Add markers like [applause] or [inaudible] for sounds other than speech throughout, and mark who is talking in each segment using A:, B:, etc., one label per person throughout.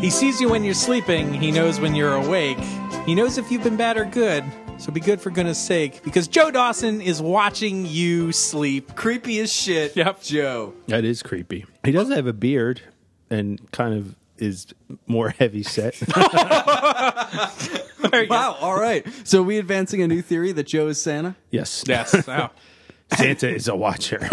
A: He sees you when you're sleeping. He knows when you're awake. He knows if you've been bad or good. So be good for goodness sake, because Joe Dawson is watching you sleep.
B: Creepy as shit.
A: Yep.
B: Joe.
C: That is creepy. He does have a beard and kind of is more heavy set.
B: Wow. All right. So are we advancing a new theory that Joe is Santa?
C: [laughs] yes.
A: [laughs] Yes. Wow.
C: Santa is a watcher.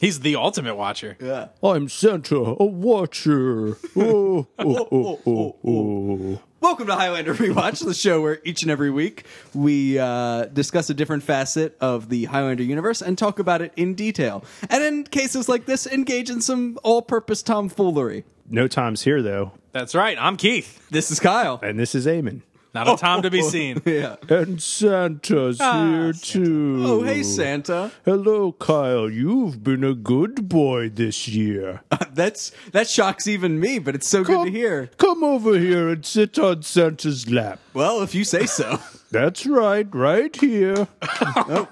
A: He's the ultimate watcher.
C: [laughs] I'm Santa, a [laughs] watcher. Oh, oh, oh, oh, oh.
B: Welcome to Highlander [laughs] Rewatch, the show where each and every week we uh, discuss a different facet of the Highlander universe and talk about it in detail. And in cases like this, engage in some all-purpose tomfoolery.
C: No Tom's here, though.
A: That's right. I'm Keith.
B: This is Kyle.
C: And this is Eamon.
A: Not a Tom [laughs] to be seen.
B: [laughs] Yeah.
C: And Santa's here, too.
B: Ah, Oh, hey, Santa.
C: Hello, Kyle. You've been a good boy this year.
B: Uh, That's that shocks even me, but it's so good to hear.
C: Come over here and sit on Santa's lap.
B: Well, if you say so.
C: That's right, right here.
B: [laughs] oh,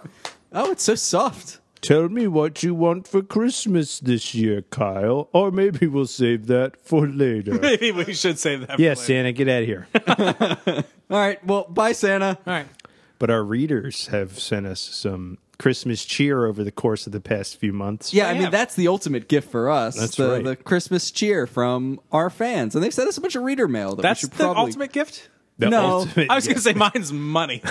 B: it's so soft.
C: Tell me what you want for Christmas this year, Kyle. Or maybe we'll save that for [laughs] later.
A: Maybe we should save that. for
C: yes,
A: later.
C: Santa, get out of here.
B: All right. Well, bye, Santa.
A: All right.
C: [laughs] but our readers have sent us some Christmas cheer over the course of the past few months.
B: Yeah, I
A: Yeah.
B: mean that's the ultimate gift for us.
C: That's
B: the,
C: right.
B: the Christmas cheer from our fans, and they've sent us a bunch of reader mail. That
A: That's
B: we
A: the
B: should probably...
A: ultimate gift.
C: The
B: No.
A: [laughs]
C: ultimate
A: I was going to say
C: gift.
A: mine's [laughs] money.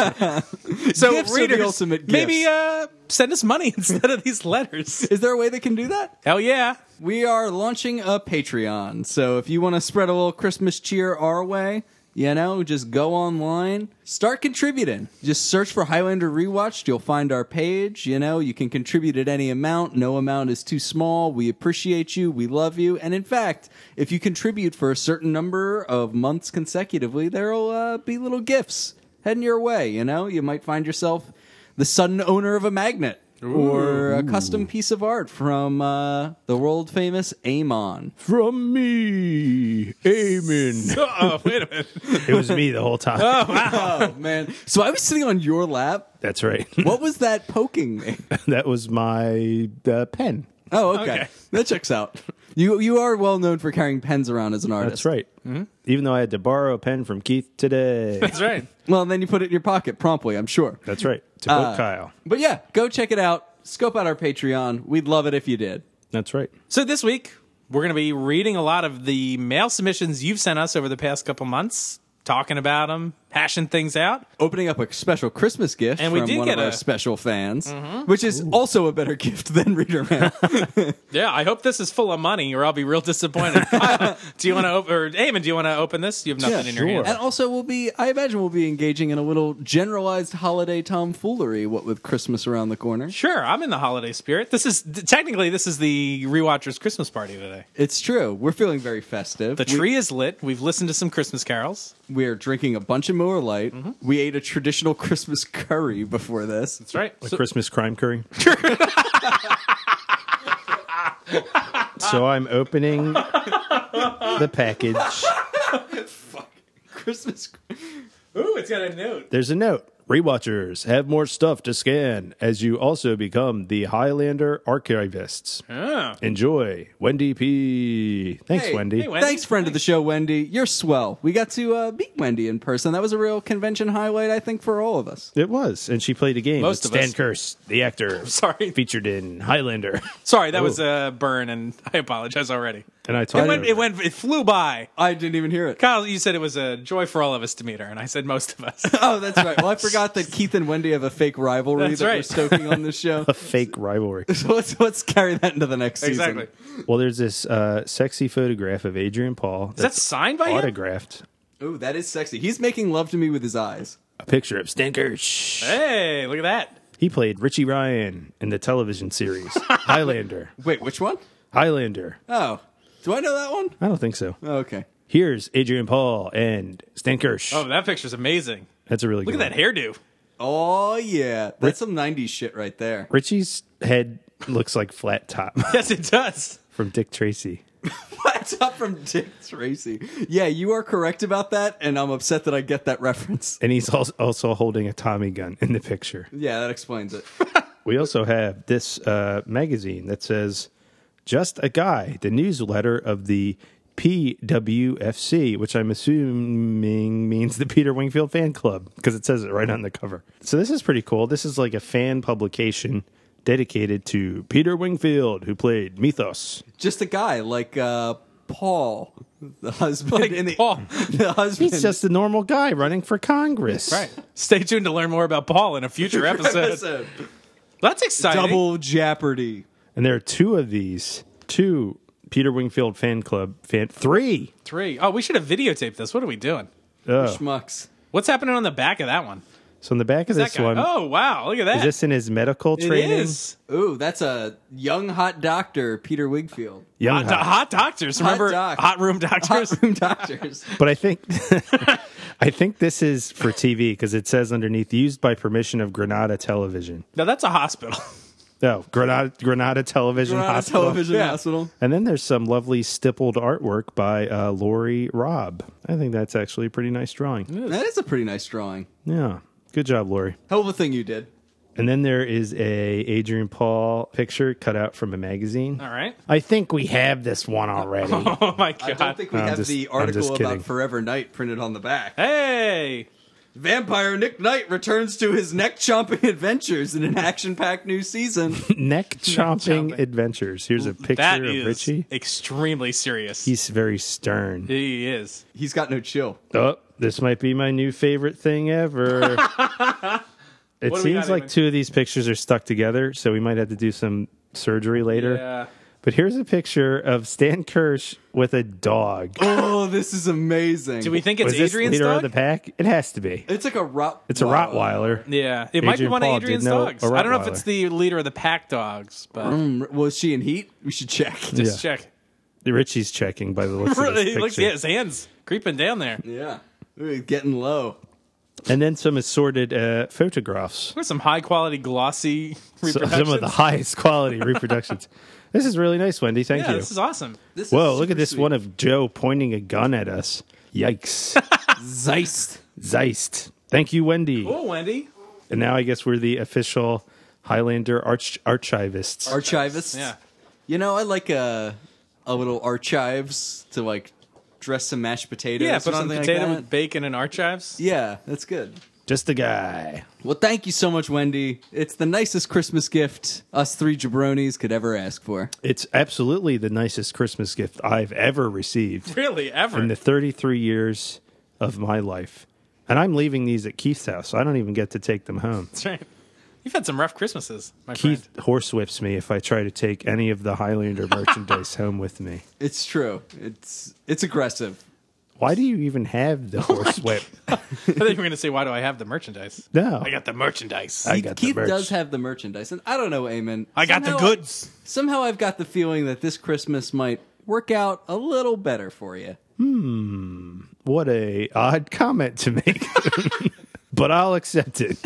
A: so
B: Gifts are the
A: readers,
B: ultimate
A: maybe
B: gifts.
A: uh, send us money [laughs] instead of these letters.
B: Is there a way they can do that?
A: [laughs] Hell [laughs] yeah!
B: We are launching a Patreon, so if you want to spread a little Christmas cheer our way, you know, just go online, start contributing. Just search for Highlander Rewatched. You'll find our page. You know, you can contribute at any amount. No amount is too small. We appreciate you. We love you. And in fact, if you contribute for a certain number of months consecutively, there'll uh, be little gifts heading your way. You know, you might find yourself the sudden owner of a magnet or a custom piece of art from uh, the world famous Amon.
C: From me,
A: [laughs]
C: Amen.
A: Oh, wait a minute.
C: it was me the whole time.
B: Oh man! So I was sitting on your lap.
C: That's right. [laughs]
B: What was that poking me?
C: that was my uh, pen.
B: Oh, okay.
A: Okay.
B: That checks out. You you are well known for carrying pens around as an
C: That's
B: artist.
C: right. Even though I had to borrow a pen from Keith today.
A: That's right.
B: Well, and then you put it in your pocket promptly. I'm sure.
C: That's right. To quote
B: Uh,
C: Kyle.
B: But yeah, go check it out. Scope out our Patreon. We'd love it if you did.
C: That's right.
A: So this week we're going to be reading a lot of the mail submissions you've sent us over the past couple months, talking about them, hashing things out.
B: Opening up a special Christmas gift
A: And we
B: from
A: did
B: one
A: get
B: of our
A: a-
B: special fans, which is also a better [laughs] gift than reader mail.
A: Yeah, I hope this is full of money, or I'll be real disappointed. [laughs] Kyle, do you want to open? Or Eamon, do you want to open this? You have nothing in your
C: sure.
A: hand.
B: And also, we'll be, I imagine, we'll be engaging in a little generalized holiday tomfoolery, what with Christmas around the corner.
A: Sure, I'm in the holiday spirit. This is technically this is the rewatchers Christmas party today.
B: It's true. We're feeling very festive.
A: The tree is lit. We've listened to some Christmas carols.
B: We, are drinking a bunch of Miller Lite.
A: Mm-hmm.
B: We ate a traditional [laughs] Christmas curry before this.
A: That's right. [laughs]
C: A Christmas crime curry. so I'm opening the package. [laughs]
B: Christmas.
A: ooh, it's got a note.
C: There's a note. Rewatchers have more stuff to scan as you also become the Highlander archivists. Enjoy, Wendy P. Thanks,
B: Hey,
C: Wendy.
A: hey, Wendy.
B: Thanks, friend of the show, Wendy. You're swell. We got to uh, meet Wendy in person. That was a real convention highlight, I think, for all of us.
C: It was, and she played a game.
A: Most
C: with
A: of
C: Stan
A: us.
C: Kurse, the actor,
A: [laughs] Sorry.
C: featured in Highlander.
A: Sorry, that was a burn, and [laughs] I apologize already.
C: And I
A: It
C: told
A: went,
C: her-
A: it went, it flew by.
B: I didn't even hear it.
A: Kyle, you said it was a joy for all of us to meet her, and I said most of
C: [laughs]
A: us.
B: [laughs]
A: [laughs]
B: Oh, that's right. Well, I forgot that Keith and Wendy have a fake rivalry
A: That's
B: that we're
A: right.
B: stoking on
A: [laughs]
B: this show. [laughs]
C: a fake rivalry.
B: So let's let's carry that into the next season.
A: exactly.
C: well, there's this uh, sexy photograph of Adrian Paul.
A: Is that signed by him?
C: autographed.
B: Ooh, that is sexy. He's making love to me with his eyes.
C: A picture of Stan Kurse.
A: Hey, look at that.
C: He played Richie Ryan in the
A: [laughs]
C: television series Highlander.
B: Wait, which one?
C: Highlander.
B: Oh, do I know that one?
C: I don't think so.
B: Oh, okay.
C: Here's Adrian Paul and Stan Kirsch.
A: Oh, that picture's amazing.
C: That's a really
A: Look
C: good
A: at that
C: one.
A: hairdo. [laughs]
B: Oh yeah, that's some '90s shit right there. [laughs]
C: Richie's head looks like flat top [laughs]
A: Yes, it does.
C: from Dick Tracy.
B: What's up from Dick Tracy? Yeah, you are correct about that, and I'm upset that I get that reference.
C: And he's al- also holding a Tommy gun in the picture.
B: Yeah, that explains it.
C: We also have this uh, magazine that says Just a Guy, the newsletter of the PWFC, which I'm assuming means the Peter Wingfield Fan Club because it says it right on the cover. So this is pretty cool. This is like a fan publication dedicated to Peter Wingfield, who played Mythos.
B: Just a guy like uh, Paul, the husband.
A: Like
B: in the,
A: Paul.
B: [laughs] the husband.
C: He's
B: [laughs]
C: just a normal guy running for Congress.
A: Right. Stay tuned to learn more about Paul in a
C: [laughs]
A: future episode.
B: Episode.
A: That's exciting.
B: Double Jeopardy.
C: And there are two of these. Two Peter Wingfield fan club fan three.
A: three. Oh, we should have videotaped this. What are we doing?
C: Oh.
B: Schmucks.
A: What's happening on the back of that one?
C: So on the back of
A: That
C: this
A: guy.
C: one,
A: Oh wow! Look at that.
C: is this in his medical
A: it
C: training?
A: is.
B: Ooh, that's a young hot doctor, Peter Wigfield.
C: Young
A: Hot, do-
C: Hot.
A: hot doctors. Remember
B: doc.
A: hot room doctors?
B: [laughs] Hot room doctors.
C: But I think [laughs] I think this is for TV because it says underneath used by permission of Granada Television.
A: No, that's a hospital. [laughs]
C: No, Granada Granada Television
B: We're on a
C: Hospital.
B: television
A: Yeah.
B: hospital.
C: And then there's some lovely stippled artwork by uh, Lori Robb. I think that's actually a pretty nice drawing.
B: That is a pretty nice drawing.
C: Yeah, good job, Lori.
B: Hell of a thing you did.
C: And then there is a Adrian Paul picture cut out from a magazine.
A: All right. [laughs]
C: I think we have this one already.
A: Oh my
B: I
A: god.
B: don't think we
C: I'm
B: have
C: just-
B: the
C: I'm just
B: article
C: kidding.
B: about Forever Night printed on the back.
A: hey.
B: Vampire Nick Knight returns to his neck chomping [laughs] adventures in an action packed
C: [laughs]
B: new season.
C: Neck chomping
A: chomping.
C: adventures. Here's a
A: That
C: picture
A: is
C: of Richie.
A: extremely serious.
C: He's very stern.
A: he is.
B: He's got no chill.
C: Oh, this might be my new favorite
A: [laughs]
C: thing ever. it
A: What do we
C: seems
A: got,
C: like
A: Eamon?
C: two of these pictures are stuck together, so we might have to do some surgery later.
A: Yeah.
C: But here's a picture of Stan Kirsch with a dog.
B: Oh, this is amazing.
A: Do we think it's
C: Was this
A: Adrian's
C: leader
A: dog?
C: of the pack? It has to be.
B: It's like a rot.
C: It's a Rottweiler.
A: yeah, it might be
C: Adrian
A: one
C: Paul
A: of
C: did
A: Adrian's
C: know
A: dogs.
C: a
A: I don't know if
C: Rottweiler.
A: it's the leader of the pack dogs, but
B: Mm, Was she in heat? We should check.
A: just check.
C: Richie's checking by
A: [laughs]
C: the looks of [laughs] this
A: Really, look at
C: picture.
A: his hands creeping down there.
B: Yeah. Ooh, Getting low.
C: And then some assorted uh, photographs.
A: There's some high quality glossy
C: So-
A: reproductions.
C: [laughs] some of the highest quality
A: [laughs]
C: reproductions. This is really nice, Wendy. Thank
A: yeah,
C: you.
A: this is awesome.
B: This
C: Whoa,
B: is
C: look at
B: super
C: this
B: sweet.
C: one of Joe pointing a gun at us.
A: [laughs]
C: Yikes.
B: Zeist.
C: Zeist. Thank you, Wendy.
A: Cool, Wendy.
C: And now I guess we're the official Highlander arch- archivists.
B: Archivist.
A: Yeah.
B: You know, I like a a little archives to like dress some mashed potatoes.
A: Yeah,
B: or
A: put on
B: something
A: potato
B: like that.
A: with bacon and archives.
B: Yeah, that's good.
C: Just a guy.
B: Well, thank you so much, Wendy. It's the nicest Christmas gift us three jabronis could ever ask for.
C: It's absolutely the nicest Christmas gift I've ever received
A: Really, ever.
C: in the 33 years of my life. And I'm leaving these at Keith's house. I don't even get to take them home.
A: [laughs] That's right. You've had some rough Christmases, my
C: Keith
A: friend.
C: horsewhips me if I try to take any of
A: [laughs]
C: the Highlander merchandise home with me.
B: It's true. It's it's aggressive.
C: Why do you even
A: [laughs]
C: have
A: Oh
C: the horsewhip?
A: I thought you were going [laughs] to say, "Why do I have the merchandise?"
C: No.
A: I got the merchandise.
C: I
A: I,
C: got the
B: Keith
C: merch.
B: does have the merchandise, and I don't know, Eamon.
A: got the
B: somehow-
A: goods.
B: Somehow, I've got the feeling that this Christmas might work out a little better for you.
C: What a odd comment to
A: [laughs]
C: make. [laughs] but I'll accept it.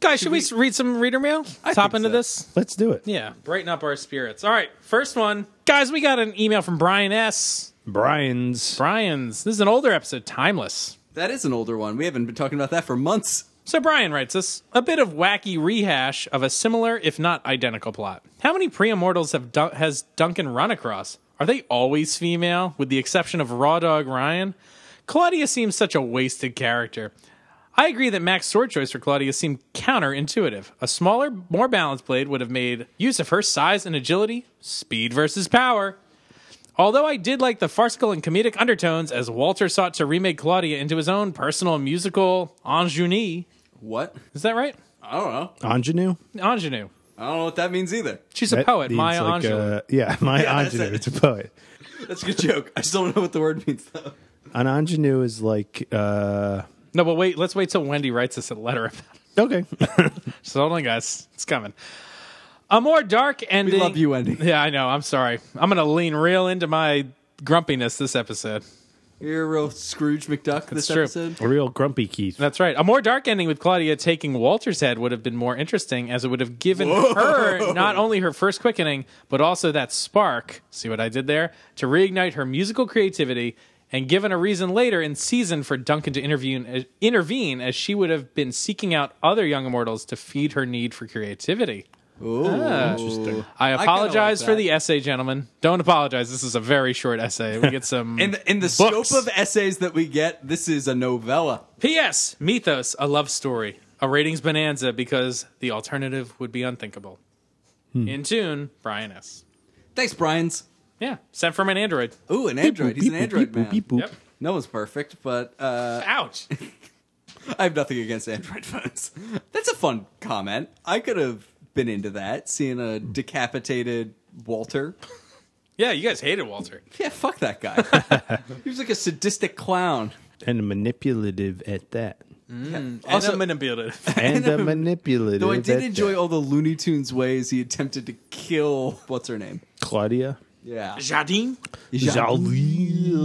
A: Guys, should we s- read some reader mail? Top
B: think
A: into
B: so.
A: this.
C: Let's do it.
A: Yeah, brighten up our spirits. All right, first one, guys. We got an email from Brian S.
C: Brian's
A: Brian's. This is an older episode, timeless.
B: That is an older one. We haven't been talking about that for months.
A: So Brian writes us a bit of wacky rehash of a similar, if not identical, plot. How many pre-immortals have Dun- has Duncan run across? Are they always female, with the exception of Raw Dog Ryan? Claudia seems such a wasted character. I agree that Mac's sword choice for Claudia seemed counterintuitive. A smaller, more balanced blade would have made use of her size and agility, speed versus power. Although I did like the farcical and comedic undertones as Walter sought to remake Claudia into his own personal musical ingenue,
B: What?
A: is that right?
B: I don't know.
C: ingenue.
A: Ingenue.
B: I don't know what that means either.
A: She's a
C: That
A: poet,
C: means
A: Maya
C: like,
A: Angelou.
C: uh, yeah, [laughs] Maya
B: Yeah, that's
C: ingenue.
B: it.
C: It's a poet.
B: That's a good joke. I just don't know what the word means though.
C: An ingenue is like uh,
A: no, but wait, let's wait till Wendy writes us a letter about it.
C: okay.
A: Just hold on, guys. It's coming. A more dark ending.
B: love you, Wendy.
A: Yeah, I know. I'm sorry. I'm going to lean real into my grumpiness this episode.
B: You're a real Scrooge McDuck this
A: true.
B: episode.
C: A real grumpy Keith.
A: That's right. A more dark ending with Claudia taking Walter's head would have been more interesting, as it would have given her not only her first quickening, but also that spark. See what I did there? To reignite her musical creativity and given a reason later in season for Duncan to intervene, intervene as she would have been seeking out other young immortals to feed her need for creativity.
B: Ooh.
C: Interesting.
A: I
B: kinda like
A: apologize for
B: that.
A: the essay, gentlemen. Don't apologize. This is a very short essay. We
B: [laughs]
A: get some.
B: In in the
C: Books.
B: scope of essays that we get, this is a novella.
A: P.S. Mythos, a love story, a ratings bonanza because the alternative would be unthinkable. In tune, Brian S.
B: Thanks, Brian's.
A: Yeah, sent from an Android.
B: Ooh, an android. He's an android man.
A: Yep.
B: No one's perfect, but uh,
A: Ouch. [laughs]
B: I have nothing against android [laughs] phones. That's a fun comment. I could have been into that, seeing a decapitated Walter.
A: Yeah, you guys hated Walter.
B: Yeah, fuck that guy. he was like a sadistic clown.
C: And manipulative at
B: [laughs]
C: that.
A: Also,
B: Also-
A: and a manipulative.
C: And a manipulative.
B: Though I
C: at
B: did
C: that.
B: enjoy all the Looney Tunes ways he attempted to kill what's her name.
C: Claudia.
B: Yeah.
A: [laughs] Jardine.
B: Jean-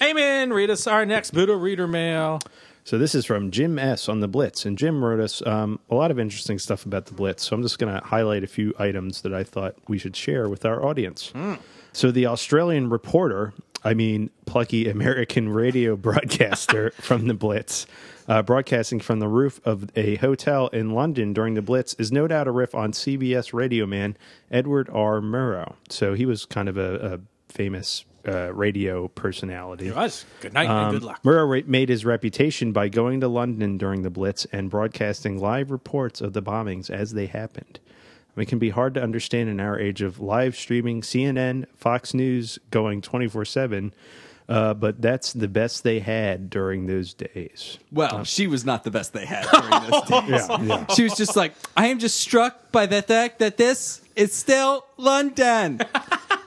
A: Amen. Read us our next Buddha reader mail.
C: So this is from Jim S on the Blitz, and Jim wrote us um, a lot of interesting stuff about the Blitz. So I'm just going to highlight a few items that I thought we should share with our audience. So the Australian reporter, I mean plucky American radio [laughs] broadcaster from the Blitz, uh, broadcasting from the roof of a hotel in London during the Blitz, is no doubt a riff on CBS radio man Edward R. Murrow. So he was kind of a, a famous uh, radio personality.
A: Guys, good night and good luck.
C: Um, Murrow ra- made his reputation by going to London during the Blitz and broadcasting live reports of the bombings as they happened. It can be hard to understand in our age of live streaming, CNN, Fox News going 24 7, uh, but that's the best they had during those days.
A: Oh.
B: Well, she was not the best they had
A: [laughs]
B: during this day.
C: Yeah, yeah.
B: She was just like, I am just struck by the fact that this is still
A: [laughs]
B: London.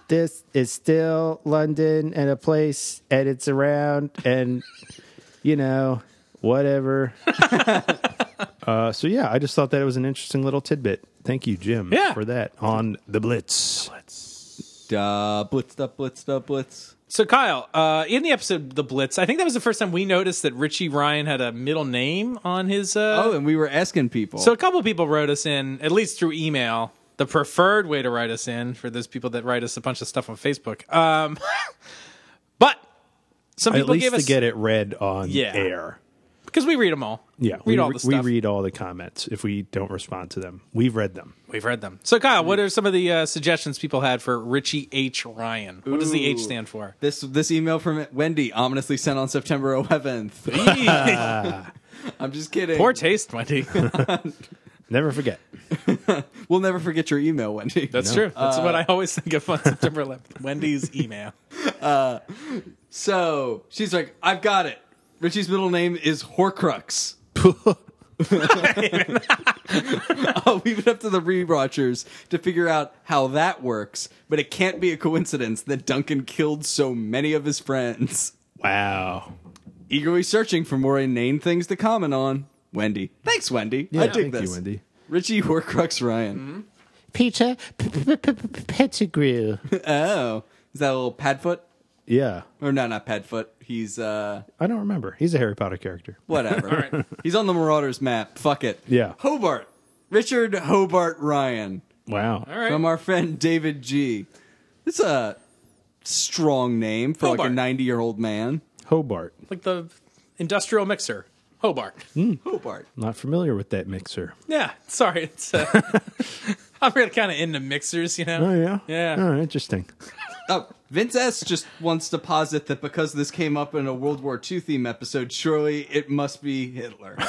C: This is still London and a place, and it's around, and you know, whatever. [laughs] uh, so, yeah, I just thought that it was an interesting little tidbit. Thank you, Jim,
A: Yeah.
C: for that on the Blitz.
B: Duh, blitz, da, blitz, da, blitz.
A: So, Kyle, uh, in the episode The Blitz, I think that was the first time we noticed that Richie Ryan had a middle name on his. Uh,
B: Oh, and we were asking people.
A: So a couple of people wrote us in, at least through email. The preferred way to write us in for those people that write us a bunch of stuff on Facebook. Um, [laughs] but some
C: At
A: people
C: least
A: gave
C: to
A: us
C: get it read on
A: Yeah.
C: air.
A: because we read them all.
C: Yeah,
A: read
C: we,
A: all the
C: we
A: stuff.
C: read all the comments. If we don't respond to them, we've read them.
A: We've read them. So Kyle, what are some of the uh, suggestions people had for Richie H Ryan? What does the H
B: Ooh.
A: stand for?
B: this this email from Wendy, ominously sent on September 11th. I'm just
A: [laughs]
B: kidding.
A: Poor taste,
C: [laughs]
A: Wendy.
C: Never forget.
B: we'll never forget your email, Wendy.
A: That's true. That's what I always think of on September 11th. Wendy's email.
B: So she's like, I've got it. Richie's middle name
C: [laughs]
B: is Horcrux. I'll leave it up to the rewatchers to figure out how that works, but it can't be a coincidence that Duncan killed so many of his friends.
C: Wow.
B: Eagerly searching for more inane things to comment on. Wendy. Thanks, Wendy. I dig
C: thank
B: this.
C: you, Wendy.
B: Richie Horcrux Ryan.
C: Peter Pettigrew.
B: Oh. Is that a little Padfoot?
C: yeah,
B: Or no, not Padfoot. He's uh
C: I don't remember. He's a Harry Potter character.
A: [laughs]
B: Whatever.
A: right.
B: He's on the Marauders map. Fuck it.
C: Yeah.
B: Hobart. Richard Hobart Ryan
C: Wow.
A: All right.
B: from our friend David G. It's a strong name for like
A: Hobart.
B: a 90 year old man.
C: Hobart.
A: Like the industrial mixer. Hobart.
B: Hobart.
C: Not familiar with that mixer.
A: Yeah, sorry. It's, uh, I'm really kind of into mixers, you know.
C: Oh yeah.
A: Yeah.
C: Oh, interesting.
B: Oh, Vince S. just wants to posit that because this came up in a World War II theme episode, surely it must be
A: [laughs]
B: Hitler.
C: [laughs]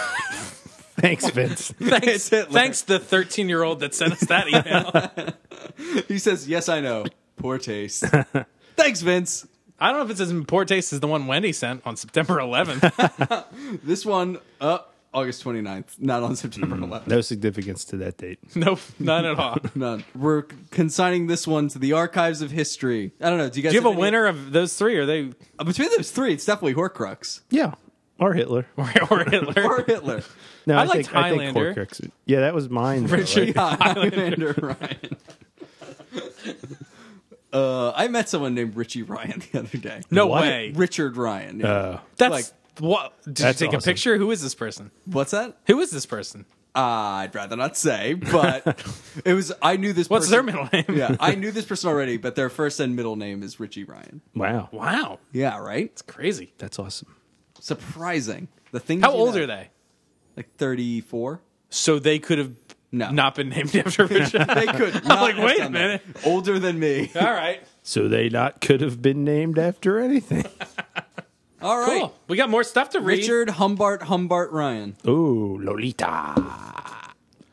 C: Thanks, Vince.
B: It's Hitler.
A: Thanks, the 13 year old that sent us that email.
B: He says, Yes, I know. Poor taste. [laughs] Thanks, Vince.
A: I don't know if it's as in poor taste as the one Wendy sent on September 11th.
B: This one, uh, August 29th, not on September 11th.
C: no significance to that date.
A: nope, none at all. Do
B: None. We're consigning this one to the archives of history. I don't know. Do you guys
A: you have a
B: any-
A: winner of those three? Or they [laughs]
B: Uh, Between those three, it's definitely Horcrux
C: Yeah. Or Hitler.
A: or, or Hitler?
B: or
A: [laughs]
B: Hitler.
C: No,
A: I liked
C: think, I think
A: Highlander.
C: Horcrux- Yeah, that was mine. though,
A: Richard-
C: right?
B: Yeah, Highlander Ryan. [laughs] Uh, I met someone named Richie Ryan the other day.
A: no
C: What?
A: way. Uh.
B: Richard Ryan. yeah.
C: uh,
A: That's
B: like-
A: what? Did
C: That's
A: you take
C: awesome.
A: a picture? Who is this person?
B: What's that?
A: Who is this person?
B: Uh, I'd rather not
A: [laughs]
B: say, but it was. I knew this.
A: What's
B: person,
A: their middle
B: [laughs]
A: name?
B: Yeah, I knew this person already, but their first and middle name is Richie Ryan.
C: Wow.
A: [laughs] Wow,
B: Yeah, right.
A: crazy.
C: That's awesome.
B: Surprising. The thing.
A: How old are they?
B: Like thirty-four.
A: So they could have
B: No.
A: not been named after
B: [laughs]
A: Richard.
B: They could. I'm
A: like, wait a minute.
B: Older than me.
A: All right.
C: So they not could have been named after anything.
B: All right.
A: Cool. We got more stuff to read.
B: Richard Humbart Humbart Ryan.
C: [laughs] Ooh, Lolita.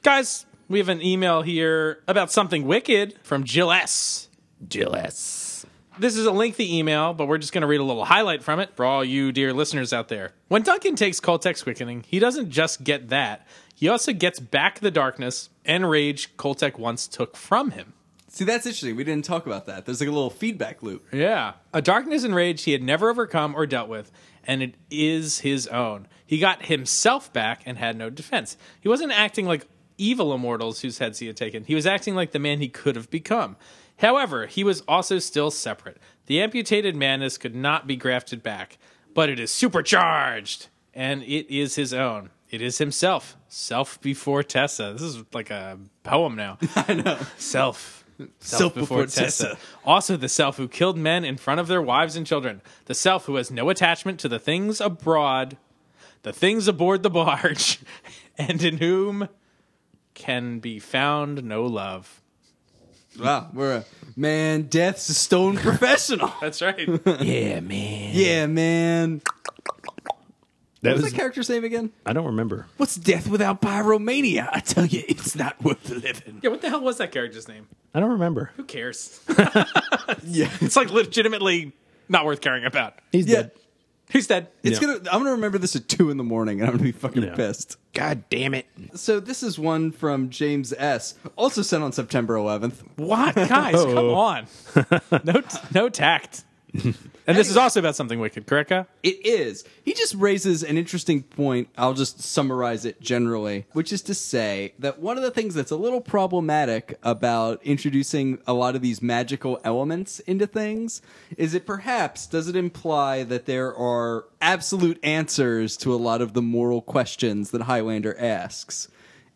A: Guys, we have an email here about something wicked from Jill S.
C: Jill S.
A: This is a lengthy email, but we're just going to read a little highlight from it for all you dear listeners out there. When Duncan takes Coltex Quickening, he doesn't just get that, he also gets back the darkness and rage Coltec once took from him.
B: See, that's interesting. We didn't talk about that. There's like a little feedback loop.
A: Yeah. A darkness and rage he had never overcome or dealt with, and it is his own. He got himself back and had no defense. He wasn't acting like evil immortals whose heads he had taken, he was acting like the man he could have become. However, he was also still separate. The amputated madness could not be grafted back, but it is supercharged, and it is his own. It is himself. Self before Tessa. This is like a poem now. I know. Self. Self before,
B: before
A: Tessa.
B: Tessa.
A: Also, the self who killed men in front of their wives and children. The self who has no attachment to the things abroad, the things aboard the barge, [laughs] and in whom can be found no love.
B: Wow, we're a man. Death's a stone [laughs] professional.
A: That's right. [laughs]
C: Yeah, man.
B: yeah, man.
C: That
B: What's
C: was,
B: that character's name again?
C: I don't remember.
B: What's death without pyromania? I tell you, it's not worth living.
A: yeah, what the hell was that character's name?
C: I don't remember.
A: Who [laughs] cares?
B: Yeah,
A: It's like legitimately not worth caring about.
C: He's
B: yeah.
C: dead.
A: Who's dead?
B: It's
C: Yeah.
B: gonna. I'm gonna remember this at two in the morning, and I'm gonna be fucking
C: Yeah.
B: pissed.
C: God damn it.
B: So this is one from James S. Also sent on September 11th.
A: [laughs] What guys? Come
C: Uh-oh.
A: [laughs] on. No, t- no tact. [laughs] And this is also about something wicked, correct? Guy?
B: It is. He just raises an interesting point. I'll just summarize it generally, which is to say that one of the things that's a little problematic about introducing a lot of these magical elements into things is it perhaps does it imply that there are absolute answers to a lot of the moral questions that Highlander asks.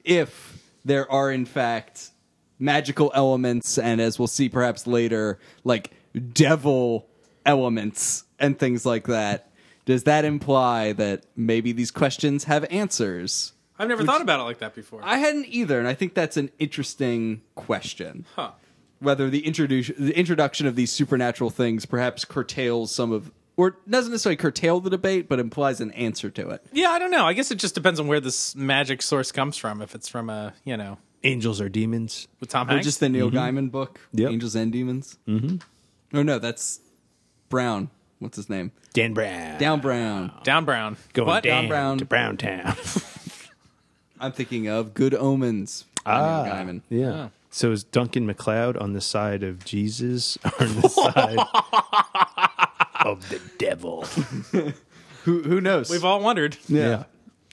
B: If there are, in fact, magical elements and as we'll see perhaps later like devil elements and things like that does that imply that maybe these questions have answers
A: I've never thought about it like that before.
B: i hadn't either and i think that's an interesting question
A: huh.
B: whether the, introdu- the introduction of these supernatural things perhaps curtails some of or doesn't necessarily curtail the debate but implies an answer to it
A: Yeah, I don't know. I guess it just depends on where this magic source comes from. If it's from a, you know,
C: Angels are demons.
A: with Tom
B: or
A: Hanks.
B: just the neil gaiman book
C: Yep.
B: angels and demons mm-hmm. oh no that's brown what's his name
C: Dan Brown.
B: down brown
A: Down Brown.
C: Going
A: What?
C: down
B: Brown.
C: to Brown Town.
B: I'm thinking of Good Omens. by Neil Gaiman.
C: yeah. So is Duncan McLeod on the side of Jesus or [laughs] on the side of the devil?
B: Who who knows?
A: We've all wondered.
C: Yeah.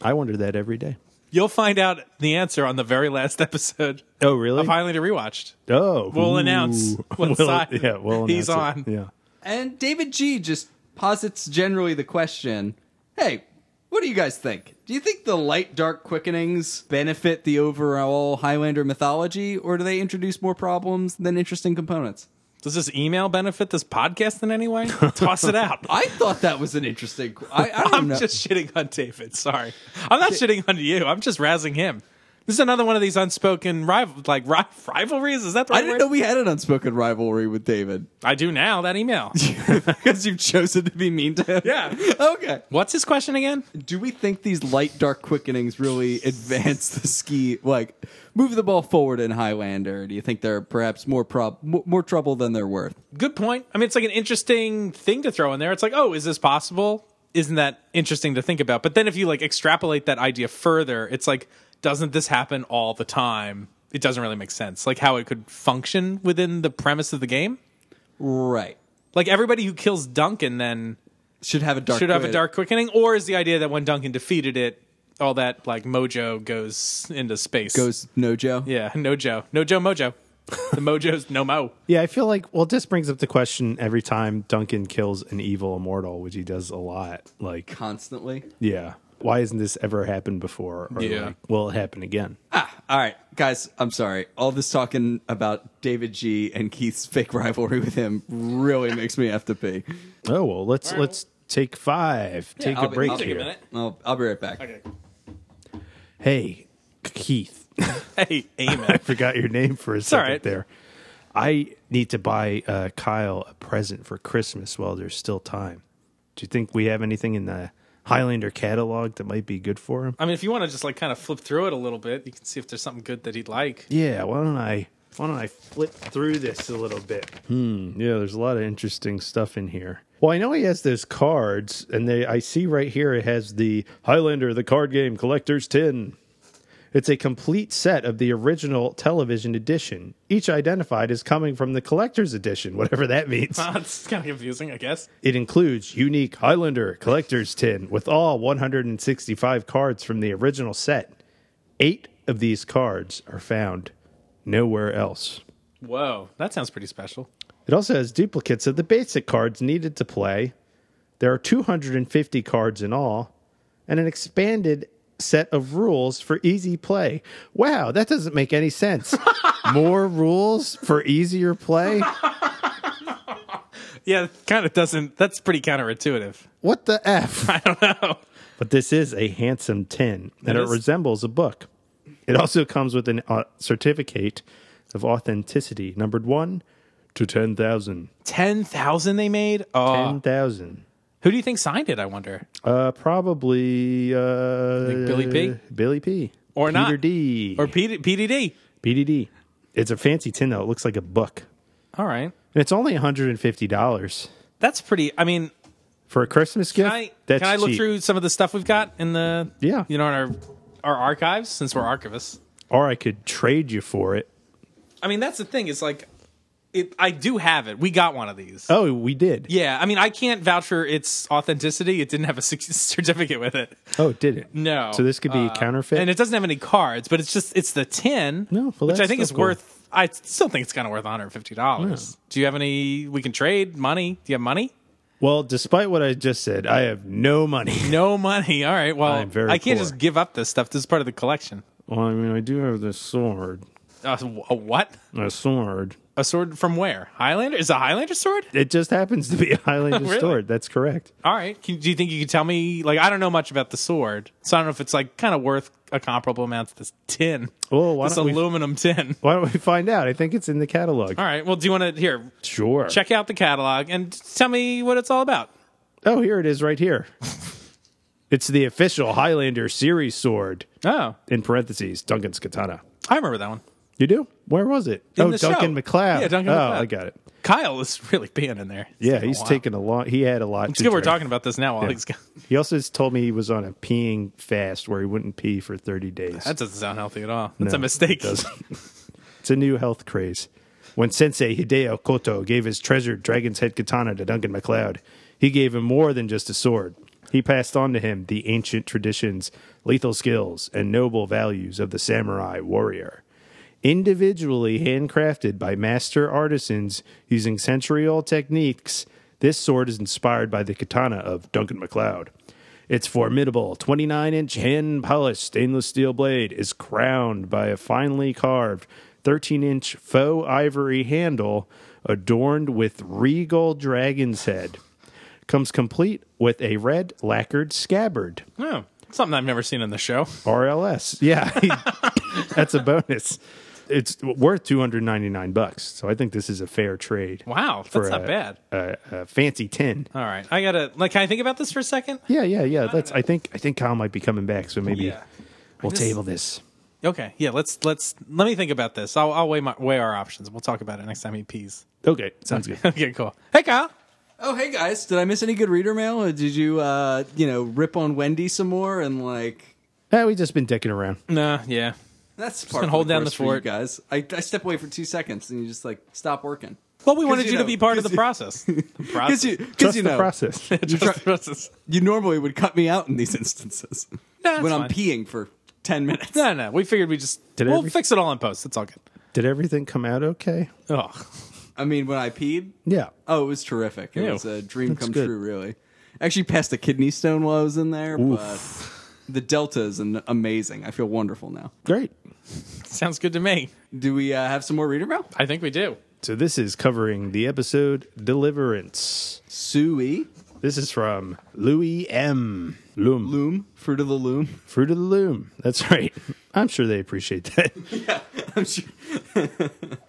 C: I wonder that every day.
A: You'll find out the answer on the very last [laughs] episode
C: Oh, really?
A: of Highlander Rewatched.
C: oh.
A: We'll
C: [laughs]
A: announce
C: ooh.
A: what
C: We'll-
A: side
C: yeah, we'll
A: he's
C: announce it.
A: on.
C: Yeah.
B: and David G just posits generally the question, "Hey, what do you guys think? Do you think the light dark quickenings benefit the overall Highlander mythology or do they introduce more problems than interesting components?"
A: Does this email benefit this podcast in any way? Toss it out.
B: I thought that was an interesting qu- I, I
A: [laughs]
B: don't
A: I'm
B: know.
A: just shitting on David. Sorry, I'm not shitting on you. I'm just razzing him. This is another one of these unspoken rival, like ri- rivalries. Is that the right
B: I didn't
A: word?
B: know we had an unspoken rivalry with David [laughs]
A: I do now. That email.
B: because you've chosen to be mean to him.
A: Yeah.
B: [laughs] Okay.
A: What's his question again?
B: Do we think these light dark quickenings really advance the ski, like move the ball forward in Highlander? Do you think they're perhaps more prob mo- more trouble than they're worth?
A: Good point. I mean, it's like an interesting thing to throw in there. It's like, oh, is this possible? Isn't that interesting to think about? But then if you like extrapolate that idea further, it's like, doesn't this happen all the time? It doesn't really make sense. Like how it could function within the premise of the game.
B: Right.
A: Like everybody who kills Duncan then
B: Should have a dark.
A: should have a
B: quid.
A: dark quickening, or is the idea that when Duncan defeated it, all that like mojo goes into space?
B: goes Nojo.
A: yeah, no Joe, no Joe mojo. The mojo's no mo.
C: Yeah, I feel like well, this brings up the question every time Duncan kills an evil immortal, which he does a lot. Like,
B: Constantly.
C: yeah, why hasn't this ever happened before? Or
A: Yeah.
C: like, will it happen again?
B: Ah, All right, guys. I'm sorry. All this talking about David G and Keith's fake rivalry with him really makes me have to pee.
C: Oh well, let's let's take five. take
B: I'll
C: a
B: be-
C: break
B: I'll take a
C: here.
A: minute.
B: I'll, I'll be right back.
A: Okay.
C: Hey, Keith.
A: hey,
C: [laughs]
A: amen.
C: forgot your name for a second
A: right.
C: there. I need to buy uh, Kyle a present for Christmas while there's still time. Do you think we have anything in the Highlander catalog that might be good for him?
A: I mean, if you want to just like kind of flip through it a little bit, you can see if there's something good that he'd like. [laughs]
C: Yeah, why don't I why don't I flip through this a little bit? Hmm. Yeah, there's a lot of interesting stuff in here. Well, I know he has those cards, and they I see right here it has the Highlander, the card game collector's tin. It's a complete set of the original television edition, each identified as coming from the collector's edition, whatever that means. [laughs]
A: it's kind of confusing, I guess.
C: It includes unique Highlander collector's tin with all 165 cards from the original set. Eight of these cards are found nowhere else.
A: Whoa, that sounds pretty special.
C: It also has duplicates of the basic cards needed to play. There are 250 cards in all, and an expanded set of rules for easy play. Wow, that doesn't make any sense. More rules for easier play?
A: Yeah, kind of doesn't. That's pretty counterintuitive.
C: What the
A: [laughs]
C: F? I don't know. But this is a handsome tin, and
A: It
C: it,
A: is.
C: resembles a book. It also comes with a uh, certificate of authenticity, numbered one to 10,000.
A: Ten thousand they made. Oh,
C: 10,000.
A: who do you think signed it? I wonder.
C: Uh, probably uh,
A: Like Billy P?
C: Billy P.
A: Or
C: Peter
A: not.
C: D.
A: Or P- PDD.
C: PDD. It's a fancy tin, though. It looks like a book.
A: All right,
C: And it's only $150
A: that's pretty. I mean,
C: for a Christmas gift.
A: can I
C: that's
A: can I look
C: cheap.
A: through some of the stuff we've got in the
C: Yeah.
A: you know in our our archives since we're archivists.
C: Or I could trade you for it.
A: I mean, that's the thing. Is like, it, I do have it. We got one of these.
C: Oh, we did.
A: Yeah, I mean, I can't vouch for its authenticity. It didn't have a [laughs] c- certificate with it.
C: Oh, it didn't.
A: No.
C: So this could be a
A: Uh,
C: counterfeit.
A: and it doesn't have any cards. But it's just it's the tin,
C: No, well,
A: which I
C: that's
A: think
C: still
A: is
C: cool.
A: worth. I still think it's kind of worth one hundred fifty dollars. Do you have any? We can trade money. Do you have money?
C: well, despite what I just said, I have no money. [laughs]
A: No money. All right. Well,
C: I'm very
A: I can't
C: poor.
A: just give up this stuff. This is part of the collection.
C: Well, I mean, I do have this sword.
A: Uh, a what?
C: A sword.
A: A sword from where? Highlander? Is it a Highlander sword?
C: It just happens to be
A: [laughs]
C: a Highlander
A: Really?
C: sword. That's correct.
A: All right. Can, do you think you could tell me? Like, I don't know much about the sword, so I don't know if it's like kind of worth a comparable amount to this tin.
C: Well, why
A: this
C: don't we-
A: aluminum tin.
C: Why don't we find out? I think it's in the catalog.
A: All right. Well, do you want to here
C: Sure.
A: check out the catalog and tell me what it's all about?
C: Oh, here it is
A: [laughs]
C: right here. it's the official Highlander series sword,
A: Oh,
C: in parentheses, Duncan's Katana.
A: I remember that one.
C: You do? Where was it?
A: In
C: oh,
A: the
C: Duncan
A: show.
C: McLeod.
A: Yeah, Duncan
C: oh,
A: MacLeod.
C: I got it.
A: Kyle is [laughs] really being in there. It's
C: Yeah,
A: taken a
C: he's
A: while.
C: taking a long. He had a lot.
A: It's good we're
C: drink.
A: talking about this now while he's gone.
C: He also has told me he was on a peeing fast where he wouldn't pee for 30 days.
A: That doesn't sound healthy at all. That's
C: No,
A: a mistake.
C: it doesn't. it's a new health craze. When Sensei Hideo Koto gave his treasured dragon's head katana to Duncan MacLeod, he gave him more than just a sword. He passed on to him the ancient traditions, lethal skills, and noble values of the samurai warrior. Individually handcrafted by master artisans using century old techniques, this sword is inspired by the katana of Duncan MacLeod. Its formidable 29 inch hand polished stainless steel blade is crowned by a finely carved 13 inch faux ivory handle adorned with regal dragon's head. Comes complete with a red lacquered scabbard.
A: [laughs] Oh, something I've never seen in the show.
C: RLS. Yeah, [laughs] that's a bonus. It's worth 299 bucks. So I think this is a fair trade.
A: Wow,
C: for
A: that's not
C: a-
A: bad.
C: A, a fancy tin.
A: All right, I gotta like. Can I think about this for a second?
C: Yeah, yeah, yeah. That's. I think. I think Kyle might be coming back, so maybe
A: Yeah.
C: we'll
A: This-
C: table this.
A: Okay, yeah. Let's let's let me think about this. I'll, I'll weigh my weigh our options. We'll talk about it next time he pees. [laughs]
C: Okay, sounds good.
A: Okay, cool. Hey, Kyle.
B: Oh, hey guys, did I miss any good reader mail? Or did you, uh, you know, rip on Wendy some more and like?
C: Eh, we've just been dicking around.
A: Nah, yeah.
B: That's part
A: been
B: of
A: holding down
B: course
A: the
B: for
A: fort.
B: you guys. I, I step away for two seconds and you just like stop working.
A: Well, we wanted
B: you
A: you to
B: know,
A: be part of the
B: 'cause you- [laughs]
A: process. The
B: Because
A: process. [laughs]
B: you,
C: Trust
B: because you
C: the
B: know,
C: process.
B: you,
A: Trust the
B: try-
A: process.
B: you normally would cut me out in these [laughs] instances
A: No, that's
B: when I'm
A: fine.
B: peeing for ten minutes.
A: No, no. We figured we just
C: Did
A: we'll
C: every-
A: fix it all in post. It's all good.
C: Did everything come out okay?
A: Oh,
B: I mean, when I peed,
C: Yeah.
B: oh, it was terrific. It
A: Ew.
B: was a dream come
C: good.
B: true, really. Actually, passed a kidney stone while I was in there, but the delta is an- amazing. I feel wonderful now.
C: Great.
A: [laughs] sounds good to me.
B: Do we uh, have some more reader mail?
A: I think we do.
C: So this is covering the episode Deliverance.
B: Sui
C: This is from Louis M. Loom.
B: Loom [laughs] Fruit of the Loom.
C: Fruit of the Loom. That's right. I'm sure they appreciate
B: [laughs]
C: that.
B: I'm sure. [laughs]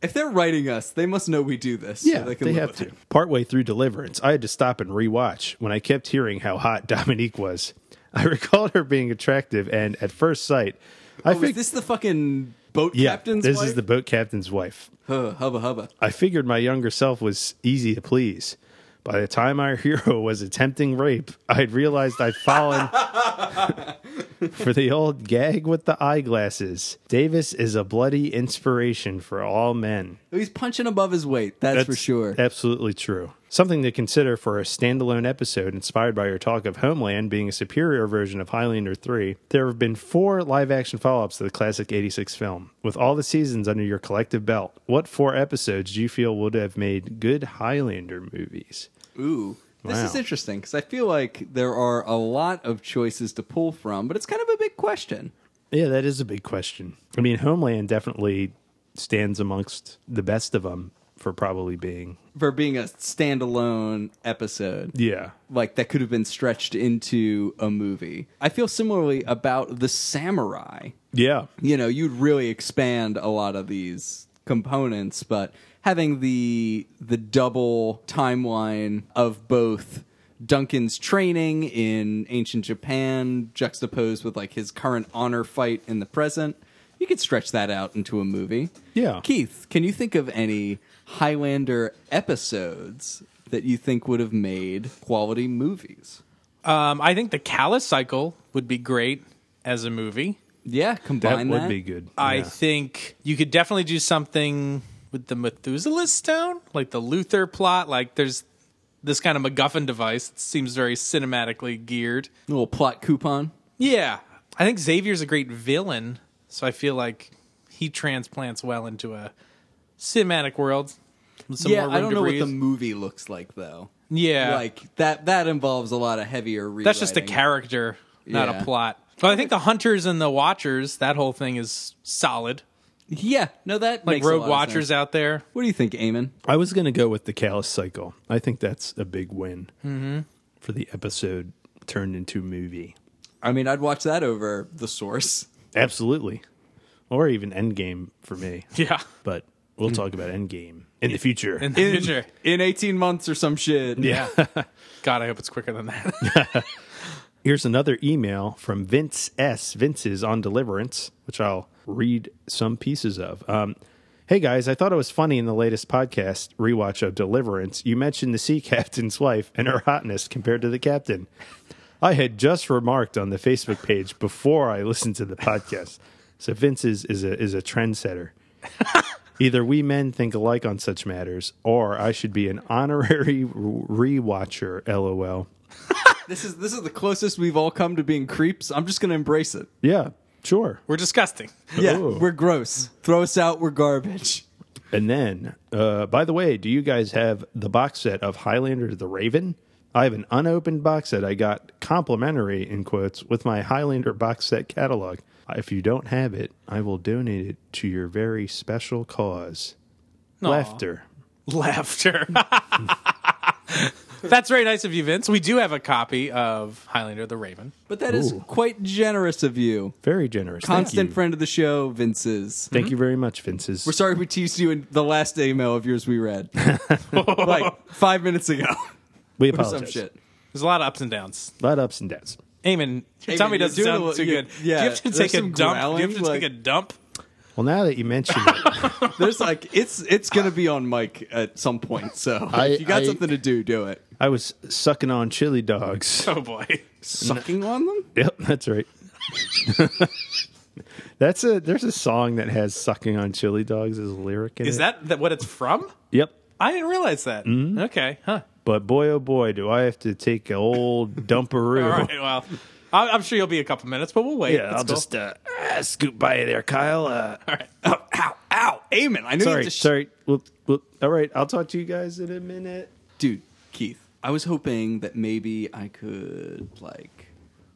B: if they're writing us, they must know we do this. so
C: Yeah, they,
B: can live
C: have
B: with
C: to.
B: it.
C: Partway through Deliverance, I had to stop and rewatch when I kept hearing how hot [laughs] Dominique was. I recalled her being attractive, and at first sight, I
B: Oh, is
C: think
B: this the fucking boat
C: yeah,
B: captain's
C: this
B: wife?
C: is the boat captain's wife.
B: Huh, hubba hubba.
C: I figured my younger self was easy to please. By the time our [laughs] hero was attempting rape, I'd realized I'd
B: [laughs]
C: fallen for the old gag with the eyeglasses. Davis is a bloody inspiration for all men.
B: He's punching above his weight. That's, for sure.
C: Absolutely true. Something to consider for a standalone episode inspired by your talk of Homeland being a superior version of Highlander 3. There have been four live action follow ups to the classic 86 film. With all the seasons under your collective belt, what four episodes do you feel would have made good Highlander movies?
B: Ooh. This
C: Wow.
B: is interesting because I feel like there are a lot of choices to pull from, but it's kind of a big question.
C: Yeah, that is a big question. I mean, Homeland definitely stands amongst the best of them for probably being.
B: For being a standalone episode,
C: Yeah.
B: like that could have been stretched into a movie. I feel similarly about The Samurai.
C: Yeah.
B: You know, you'd really expand a lot of these components, but having the the double timeline of both Duncan's training in ancient Japan juxtaposed with like his current honor fight in the present, you could stretch that out into a movie.
C: Yeah.
B: Keith, can you think of any Highlander episodes that you think would have made quality movies?
A: Um, I think the Callus Cycle would be great as a movie.
B: Yeah,
C: That
B: combine
C: would
B: that.
C: be good.
A: I
C: Yeah.
A: think you could definitely do something with the Methuselah stone, like the Luther plot. Like there's this kind of MacGuffin device that seems very cinematically geared.
B: little plot coupon.
A: Yeah. I think Xavier's a great villain, so I feel like he transplants well into a cinematic world. with some
B: yeah,
A: more
B: I
A: room
B: don't
A: to
B: know what the
A: breathe.
B: movie looks like though.
A: Yeah.
B: like that that involves a lot of heavier. Rewriting.
A: That's just a character, not
B: Yeah.
A: a plot. But I think the hunters and the watchers, that whole thing is solid.
B: Yeah, no, that
A: Like
B: makes a lot
A: rogue
B: of
A: watchers
B: sense.
A: out
B: [laughs]
A: there.
B: What do you think, Eamon?
C: I was going to go with the Callus Cycle. I think that's a big win
A: Mm-hmm.
C: for the episode turned into movie.
B: I mean, I'd watch that over the source.
C: Absolutely. Or even Endgame for me.
A: [laughs] Yeah.
C: But we'll talk about Endgame in the future.
A: In the future.
B: in eighteen months or some shit. [laughs]
A: Yeah. God, I hope it's quicker than that.
C: Here's another email from Vince S. Vince's on Deliverance, which I'll read some pieces of. Um, hey guys, I thought it was funny in the latest podcast rewatch of Deliverance. You mentioned the sea [laughs] captain's wife and her hotness compared to the captain. I had just remarked on the Facebook page before I listened to the podcast. So Vince is, is a is a trendsetter. Either we men think alike on such matters, or I should be an honorary [laughs] re- rewatcher. LOL.
B: This is this is the closest we've all come to being creeps. I'm just gonna embrace it.
C: Yeah, sure.
A: We're disgusting. [laughs]
B: Yeah,
C: Ooh.
B: we're gross. Throw us out. We're garbage.
C: Oh, And then, uh, by the way, do you guys have the box set of Highlander the Raven? I have an unopened box set I got complimentary, in quotes, with my Highlander box set catalog. If you don't have it, I will donate it to your very special cause. Laughter.
A: Laughter. [laughs] That's very nice of you, Vince. We do have a copy of Highlander the Raven.
B: But that is
C: Ooh.
B: quite generous of you.
C: Very generous. Thank
B: Constant
C: you.
B: friend of the show, Vince's.
C: Thank you very much, Vince's.
B: We're sorry we teased you in the last email of yours
C: [laughs]
B: we read, like five minutes ago.
C: we
B: Or
C: apologize.
B: some shit.
A: There's a lot of ups and downs.
C: A lot of ups and downs.
A: Eamon, your
B: Eamon,
A: tummy
B: you're
A: doesn't
B: doing a
A: sound
B: little-
A: too
B: you-
A: good.
B: yeah,
A: do you have to
B: there's
A: take a
B: some
A: dump? do you have to
B: growling,
A: take a dump?
C: Well, now that you mention it, [laughs]
B: There's like it's it's gonna be on mic at some point. So
C: I-
B: if you got
C: I-
B: something to do, do it.
C: I was sucking on chili dogs.
A: Oh
B: [laughs]
A: boy.
B: Sucking on them.
C: Yep, that's right. [laughs] that's a there's a song that has sucking on chili dogs as a lyric in
A: Is
C: it.
A: that, that what it's from?
C: Yep.
A: I didn't realize that.
B: Mm-hmm.
A: Okay, huh?
C: But boy oh boy do I have to take an [laughs] old dumperoo.
A: All right. Well, I- I'm sure you'll be a couple minutes, but we'll wait.
C: Yeah,
A: That's
C: I'll
A: cool.
C: just uh, uh, scoot by you there, Kyle. Uh,
B: Ow, ow, ow, Amen. I knew
A: [laughs]
B: you
C: sorry,
B: had to sh-
C: sorry. Whoop, whoop. All right, I'll talk to you guys in a minute.
B: dude, Keith. I was hoping that maybe I could like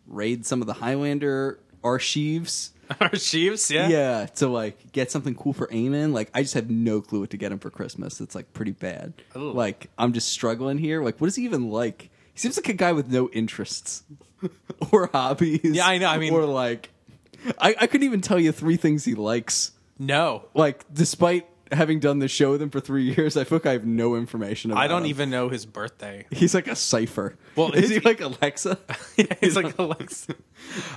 B: raid some of the Highlander archives.
A: archives. Yeah.
B: Yeah, to like get something cool for Eamon. Like I just have no clue what to get him for Christmas. It's like pretty bad.
A: Ooh.
B: Like I'm just struggling here. Like what is he even like? He seems like a guy with no interests [laughs] or hobbies.
A: Yeah, I know. I mean-
B: or like I, I couldn't even tell you three things he likes.
A: No,
B: Like, despite having done the show with him for three years, I feel like I have no information about
A: I don't
B: him.
A: even know his birthday.
B: He's like a cipher.
A: Well,
B: is
A: is
B: he
A: he- [laughs]
B: like Alexa?
A: He's like Alexa.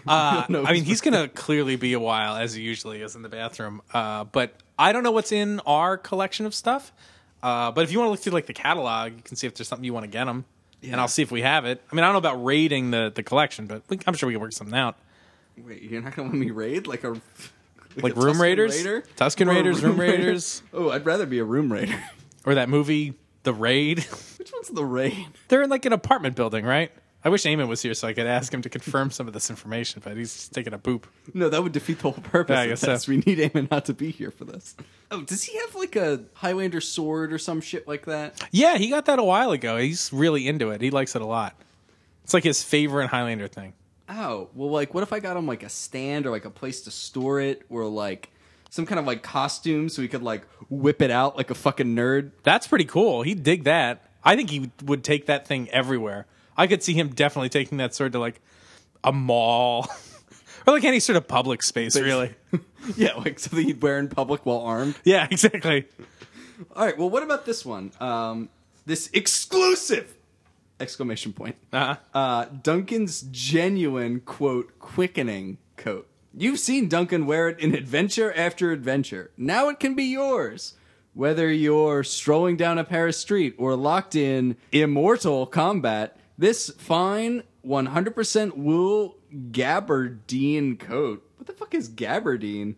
A: Uh,
B: know
A: I mean, he's gonna clearly be a while as he usually is in the bathroom. Uh, but I don't know what's in our collection of stuff. Uh, but if you want to look through like the catalog, you can see if there's something you want to get him, and I'll see if we have it. I mean, I don't know about raiding the the collection, but we, I'm sure we can work something out.
B: [laughs] Wait, you're not gonna let me raid like a like,
A: Like
B: a
A: room
B: Tuscan
A: raiders,
B: Raider?
A: Tuscan
B: Or a
A: Raiders, room
B: Raider?
A: raiders,
B: Oh, I'd rather be a room raider. [laughs]
A: or that movie, The Raid. [laughs]
B: Which one's the raid?
A: They're in like an apartment building, right? I wish Eamon was here so I could ask him to confirm some of this information, but he's just taking a poop.
B: No, that would defeat the whole purpose.
A: Yeah, I
B: of
A: guess
B: this.
A: so.
B: We need Eamon not to be here for this. Oh, does he have like a Highlander sword or some shit like that?
A: Yeah, he got that a while ago. He's really into it. He likes it a lot. It's like his favorite Highlander thing.
B: Oh, well, like what if I got him like a stand or like a place to store it or like some kind of like costume so he could like whip it out like a fucking nerd? [laughs]
A: That's pretty cool. He'd dig that. I think he would take that thing everywhere. I could see him definitely taking that sword to like a mall [laughs] or like any sort of public space, really.
B: Yeah, like something he'd wear in public while armed.
A: Yeah, [laughs] exactly.
B: All right. Well, what about this one? Um, this exclusive exclamation point.
A: Uh-huh.
B: Uh, Duncan's genuine quote quickening coat. You've seen Duncan wear it in adventure after adventure. Now it can be yours. Whether you're strolling down a Paris street or locked in immortal combat, this fine 100% wool gabardine coat. What the fuck is gabardine?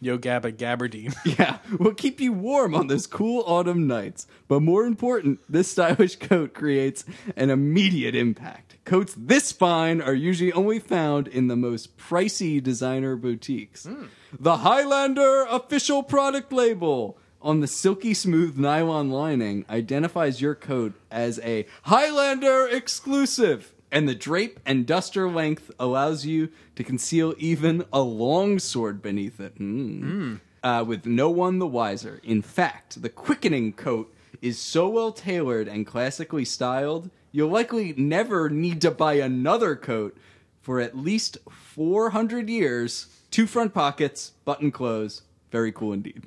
A: Yo Gabba Gabardine. [laughs]
B: [laughs] Yeah, will keep you warm on those cool autumn nights. But more important, this stylish [laughs] coat creates an immediate impact. Coats this fine are usually only found in the most pricey designer boutiques. The Highlander official product label on the silky smooth nylon lining identifies your coat as a Highlander exclusive. And the drape and duster length allows you to conceal even a long sword beneath it. Mm uh, with no one the wiser. In fact, the quickening coat is so well tailored and classically styled, you'll likely never need to buy another coat for at least 400 years. Two front pockets, button close. Very cool indeed.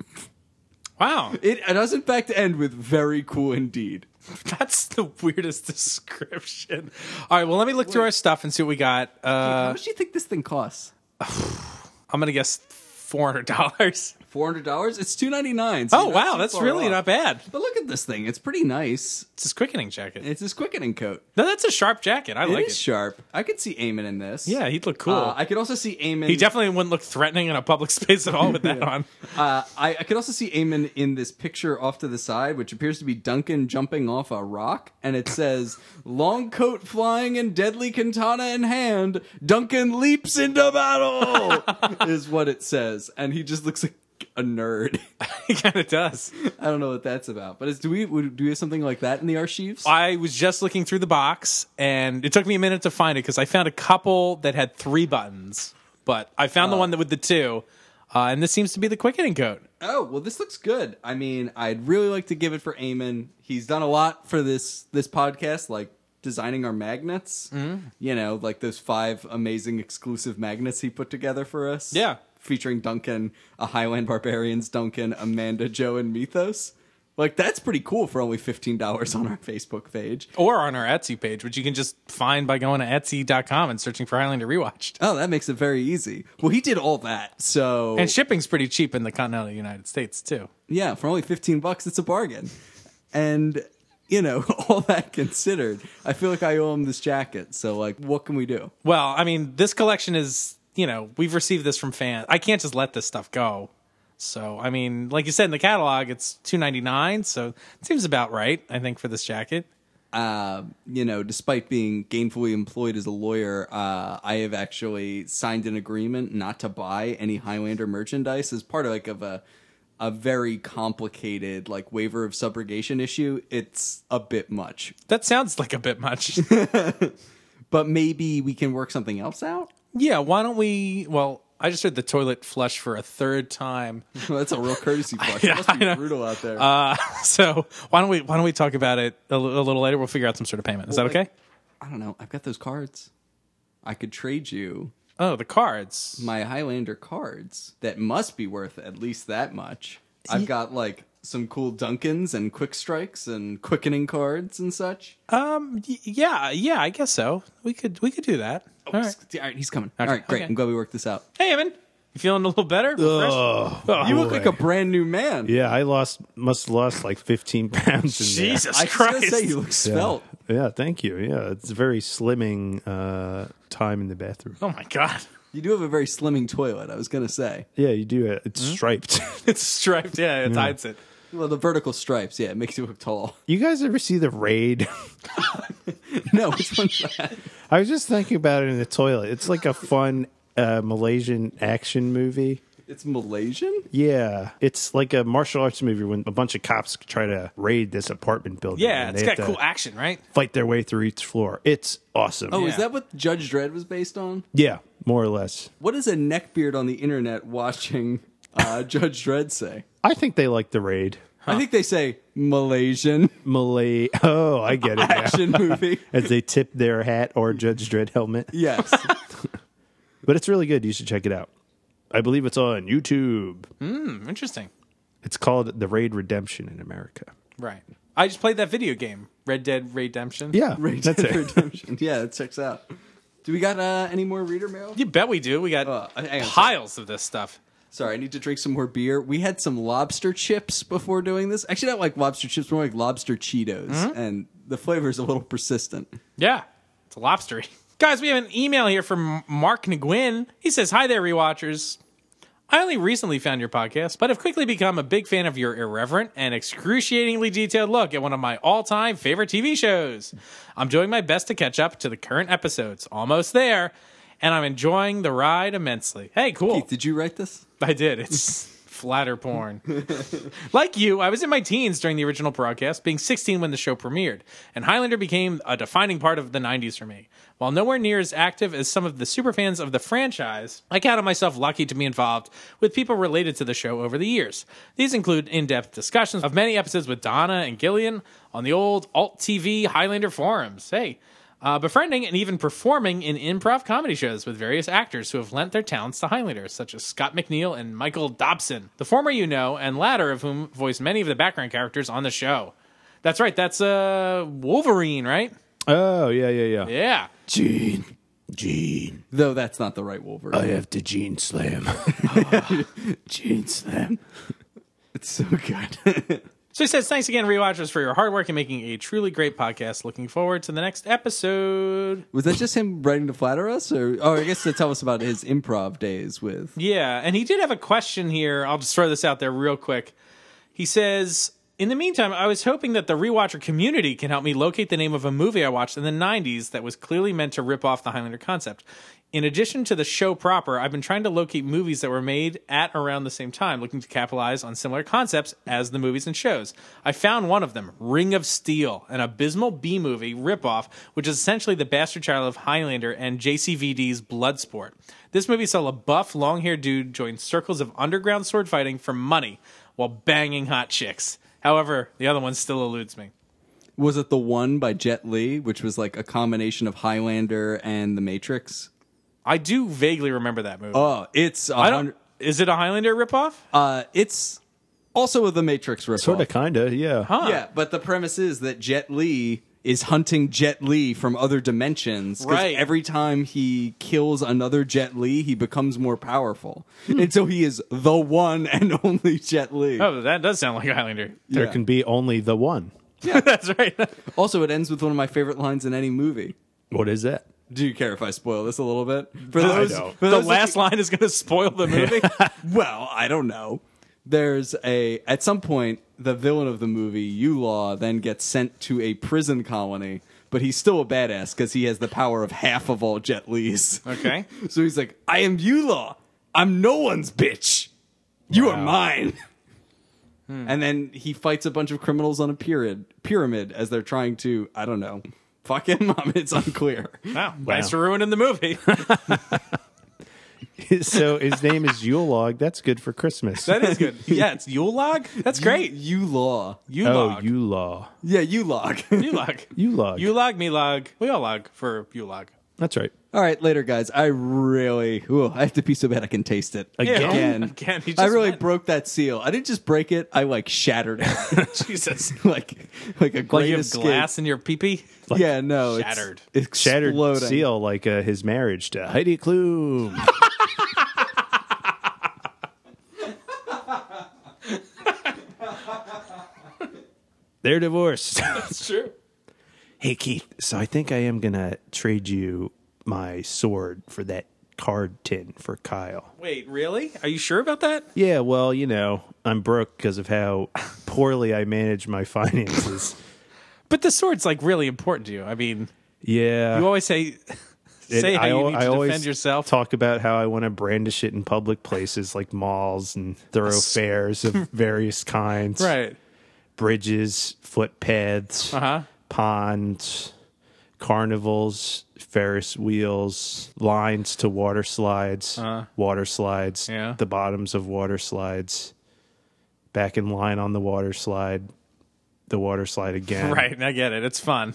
A: Wow.
B: It does, in fact, end with very cool indeed.
A: [laughs] That's the weirdest [laughs] description. All right, well, let me look through our stuff and see what we got. Uh,
B: How much do you think this thing costs?
A: I'm going to guess
B: [laughs]
A: $400.
B: $400? It's $299. so
A: Oh,
B: you're not
A: wow.
B: too
A: That's
B: far
A: really
B: off.
A: not bad.
B: But look at this thing. It's pretty nice.
A: It's his quickening jacket.
B: It's this quickening coat.
A: No, that's a sharp jacket. I
B: It is
A: like it.
B: sharp. I could see Eamon in this.
A: Yeah, he'd look cool.
B: Uh, I could also see Eamon.
A: he definitely wouldn't look threatening in a public [laughs] space at all with that on. [laughs]
B: Uh, I, I could also see Eamon in this picture off to the side, which appears to be Duncan jumping off a rock, and it says, "Long coat flying and deadly katana in hand, Duncan leaps into battle," is what it says, and he just looks like a nerd. [laughs]
A: he kind of does.
B: I don't know what that's about, but is, do we would- do we have something like that in the archives?
A: I was just looking through the box, and it took me a minute to find it because I found a couple that had three buttons, but I found the one that with the two, uh, and this seems to be the quickening coat.
B: Oh well, this looks good. I mean, I'd really like to give it for Eamon. He's done a lot for this this podcast, like designing our magnets.
A: Mm-hmm.
B: You know, like those five amazing exclusive magnets he put together for us.
A: Yeah.
B: featuring Duncan, a Highland Barbarians, Duncan, Amanda, Joe, and Mythos. Like that's pretty cool for only fifteen dollars on our Facebook page.
A: Or on our Etsy page, which you can just find by going to etsy.com and searching for Highlander Rewatched.
B: Oh, that makes it very easy. Well, he did all that, so
A: And shipping's pretty cheap in the continental United States, too.
B: Yeah, for only 15 bucks, it's a bargain. And, you know, [laughs] all that considered, I feel like I owe him this jacket. So, like, what can we do?
A: Well, I mean, this collection is, you know, we've received this from fans. I can't just let this stuff go. So, I mean, like you said in the catalog, it's two ninety nine. So it seems about right, I think, for this jacket.
B: Uh, you know, despite being gainfully employed as a lawyer, uh, I have actually signed an agreement not to buy any Highlander merchandise as part of like of a a very complicated like waiver of subrogation issue. It's a bit much,
A: That sounds like a bit much.
B: but maybe we can work something else out. [laughs]
A: yeah, why don't we? Well, I just heard the toilet flush for a third time. [laughs]
B: That's a real courtesy flush. It must
A: I
B: be
A: know.
B: brutal out there.
A: Uh, so why don't we? Why don't we talk about it a, li- a little later? We'll figure out some sort of payment. Is that
B: Well,
A: okay?
B: like, I don't know. I've got those cards. I could trade you
A: Oh, the cards.
B: my Highlander cards that must be worth at least that much. I've got like some cool Duncans and Quick Strikes and Quickening cards and such.
A: Um, y- yeah, yeah, I guess so. We could we could do that. All right.
B: All right, he's coming. All right, great.
A: okay.
B: I'm glad we worked this out.
A: Oh, Hey, Evan, you feeling a little better? Refreshed?
C: Oh,
B: You look like a brand new man.
C: yeah. I lost must have lost
A: [laughs]
C: like fifteen pounds. In there.
A: Jesus
B: I was gonna
A: Christ!
B: say you look svelte.
C: Yeah, thank you. Yeah, it's a very slimming uh, time in the bathroom.
A: oh my god,
B: You do have a very slimming toilet. I was gonna say.
C: Yeah, you do it.
A: Mm-hmm.
C: It's striped.
A: [laughs]
C: [laughs]
A: it's striped. Yeah,
C: Mm.
A: it hides it.
B: Well, the vertical stripes, yeah, it makes you look tall. [laughs]
C: you guys ever see the raid? [laughs]
B: no, which one's that?
C: I was just thinking about it in the toilet. It's like a fun uh, Malaysian action movie.
B: It's Malaysian.
C: Yeah, it's like a martial arts movie when a bunch of cops try to raid this apartment building.
A: Yeah,
C: and
A: it's
C: they
A: got
C: have to
A: cool action, right?
C: Fight their way through each floor. It's awesome.
B: Oh,
C: yeah.
B: is that what Judge Dredd was based on?
C: more or less.
B: What does a neckbeard on the internet watching uh, [laughs] Judge Dredd say?
C: I think they like the raid.
B: I think they say Malaysian [laughs]
C: Malay. [laughs] Oh, I get it. now. [laughs]
B: action movie.
C: As they tip their hat or Judge Dredd helmet. [laughs]
B: Yes.
C: But it's really good. You should check it out. I believe it's on YouTube.
A: Hmm, interesting.
C: It's called The Raid Redemption in America.
A: Right. I just played that video game, Red Dead Redemption.
C: Yeah,
B: Red
C: that's
B: Dead
C: it.
B: Redemption. Yeah, it checks out. Do we got uh, any more reader mail?
A: You bet we do. We got
B: Uh, hang on a sec.
A: piles of this stuff.
B: Sorry, I need to drink some more beer. We had some lobster chips before doing this. Actually, not like lobster chips, more like lobster Cheetos.
C: Mm-hmm.
B: And the flavor is a little persistent.
A: Yeah, it's a lobstery. [laughs] Guys, we have an email here from Mark Nguyen. He says, Hi there, rewatchers. I only recently found your podcast, but have quickly become a big fan of your irreverent and excruciatingly detailed look at one of my all time favorite TV shows. I'm doing my best to catch up to the current episodes, almost there, and I'm enjoying the ride immensely. Hey, cool.
B: Keith, did you write this?
A: [laughs] I did. It's flatter porn. like you, I was in my teens during the original broadcast, being 16 when the show premiered, and Highlander became a defining part of the 90s for me. While nowhere near as active as some of the superfans of the franchise, I counted myself lucky to be involved with people related to the show over the years. These include in depth discussions of many episodes with Donna and Gillian on the old Alt TV Highlander forums. Hey, uh, befriending and even performing in improv comedy shows with various actors who have lent their talents to Highlanders, such as Scott McNeil and Michael Dobson, the former you know, and latter of whom voiced many of the background characters on the show. That's right, that's uh, Wolverine, right?
C: Oh, yeah, yeah, yeah.
A: Yeah.
C: Gene. Gene.
B: Though that's not the right Wolverine.
C: have to Gene
B: [laughs]
C: Slam. Gene Slam.
B: It's so good.
A: So he says, Thanks again, rewatchers, for your hard work in making a truly great podcast. Looking forward to the next episode.
B: Was that just him writing to flatter us? Or, or I guess to tell us about his improv days with.
A: Yeah, and he did have a question here. I'll just throw this out there real quick. He says, "In the meantime, I was hoping that the rewatcher community can help me locate the name of a movie I watched in the '90s that was clearly meant to rip off the Highlander concept. In addition to the show proper, I've been trying to locate movies that were made at around the same time, looking to capitalize on similar concepts as the movies and shows. I found one of them, Ring of Steel, an abysmal B movie ripoff, which is essentially the bastard child of Highlander and JCVD's Bloodsport. This movie saw a buff, long haired dude join circles of underground sword fighting for money while banging hot chicks. However, the other one still eludes me.
B: Was it the one by Jet Li, which was like a combination of Highlander and The Matrix?
A: I do vaguely remember that movie.
B: Oh, it's a
A: I
B: hundred-
A: don't. Is it a Highlander ripoff?
B: uh, it's also a The Matrix ripoff.
C: Sort of, kind of, yeah.
A: Huh.
B: Yeah, but the premise is that Jet Li is hunting Jet Li from other dimensions. 'cause
A: Right.
B: Every time he kills another Jet Li, he becomes more powerful, and so he is the one and [laughs] only Jet Li.
A: Hmm. Oh, that does sound like a [laughs] Highlander.
C: There
B: Yeah.
C: can be only the one.
A: [laughs] That's right.
B: Also, it ends with one of my favorite lines in any movie.
C: What is
B: [laughs]
C: that?
B: Do you care if I spoil this a little bit? For
C: I
B: those,
C: don't.
B: for
A: Oh. [laughs] the
B: those
A: last line is going to spoil the [laughs] movie.
B: [laughs] well, I don't know. There's a at some point the villain of the movie, Ulaw, then gets sent to a prison colony, but he's still a badass because he has the power of half of all Jet Lees.
A: okay.
B: [laughs] So he's like, I am Ulaw. I'm no one's bitch. You are
C: Wow.
B: mine.
A: Hmm.
B: And then he fights a bunch of criminals on a pyramid pyramid as they're trying to, I don't know, fuck him up. [laughs] It's unclear.
A: Wow. Thanks for ruining the movie.
C: so his name is Yule Log. That's good for Christmas.
A: [laughs] That is good. Yeah, it's Yule log. That's great.
B: Ulaw.
A: You
C: oh,
A: [laughs] log. You
C: Yule Log.
B: Yeah, Ulog. [laughs]
A: log.
C: Yule Log.
A: You log, me log. We all log for you log.
C: That's right.
B: All right, later, guys. I really, Ooh, I have to pee so bad I can taste it.
C: Again?
A: [laughs]
B: Again.
A: Again, he
B: I
A: just
B: really
A: went.
B: broke that seal. I didn't just break it; I like shattered it, [laughs]
A: [laughs] Jesus.
B: like like a
A: Like
B: great
A: you have
B: escape.
A: glass in your pee-pee?
B: yeah, no, it's
A: shattered.
C: Shattered
B: exploding.
C: seal like uh, his marriage to Heidi
B: [laughs]
C: Klum. They're divorced.
A: That's true.
C: hey Keith, so I think I am gonna trade you my sword for that card tin for Kyle.
A: Wait, really? Are you sure about that?
C: Yeah, well, you know, I'm broke because of how poorly I manage my finances.
A: But the sword's like really important to you. I mean,
C: Yeah,
A: you always say
C: [laughs] It-
A: say how you
C: al-
A: need to defend yourself.
C: Talk about how I want to brandish it in public places like malls and
A: [laughs]
C: thoroughfares of various kinds,
A: [laughs] right.
C: Bridges, footpaths,
A: Uh-huh.
C: ponds, carnivals, Ferris wheels, lines to water slides, water slides,
A: Uh-huh. Yeah.
C: the bottoms of water slides, back in line on the water slide, the water slide again,
A: Right, I get it. It's fun.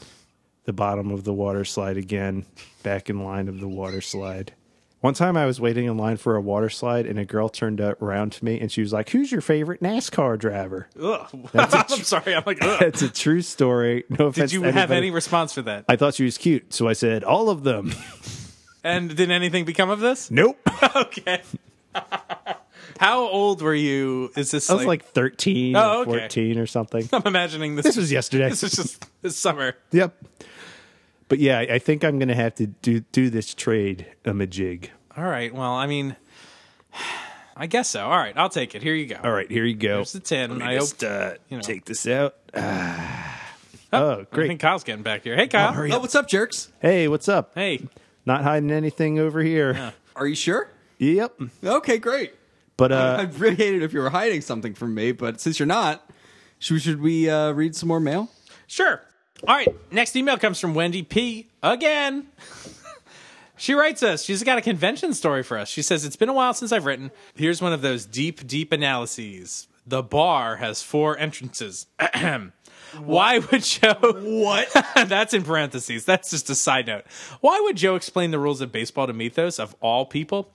C: the bottom of the water slide again, back in line of the water slide. One time I was waiting in line for a water slide and a girl turned around to me and she was like, Who's your favorite NASCAR driver? [laughs]
A: Ugh. [laughs] I'm sorry. I'm like, ugh.
C: That's a true story. No offense.
A: Did you
C: to
A: have
C: anybody.
A: any response for that?
C: I thought she was cute, so I said, All of them.
A: And did anything become of this?
C: [laughs] nope. I
A: Okay. [laughs] How old were you? Is this
C: was like 13
A: Oh,
C: or
A: okay.
C: 14 or [laughs] something.
A: [laughs] I'm imagining this.
C: This was yesterday.
A: this is just this summer.
C: yep. But yeah, I I think I'm going to have to do, do this trade um, a jig.
A: All right. Well, I mean, I guess so. All right, I'll take it. Here you go.
C: All right, here you go.
A: It's a ten.
C: Let
A: I
C: me
A: hope.
C: just, uh,
A: know.
C: take this out. oh,
A: I
C: great.
A: think Kyle's getting back here. Hey, Kyle.
C: hurry
B: Oh, what's up, jerks?
C: Hey, what's up?
A: Hey.
C: Not hiding anything over here.
B: Are you sure?
C: Yep.
B: Okay, great.
C: But [laughs]
B: I
C: uh
B: would really hate it if you were hiding something from me, but since you're not, should, should we uh, read some more mail?
A: Sure. All right. Next email comes from Wendy P. Again. [laughs] she writes us. She's got a convention story for us. She says, It's been a while since I've written. Here's one of those deep, deep analyses. The bar has four entrances. [clears throat] Ahem. Why would Joe. [laughs]
B: What?
A: That's in parentheses. That's just a side note. Why would Joe explain the rules of baseball to Mythos of all people?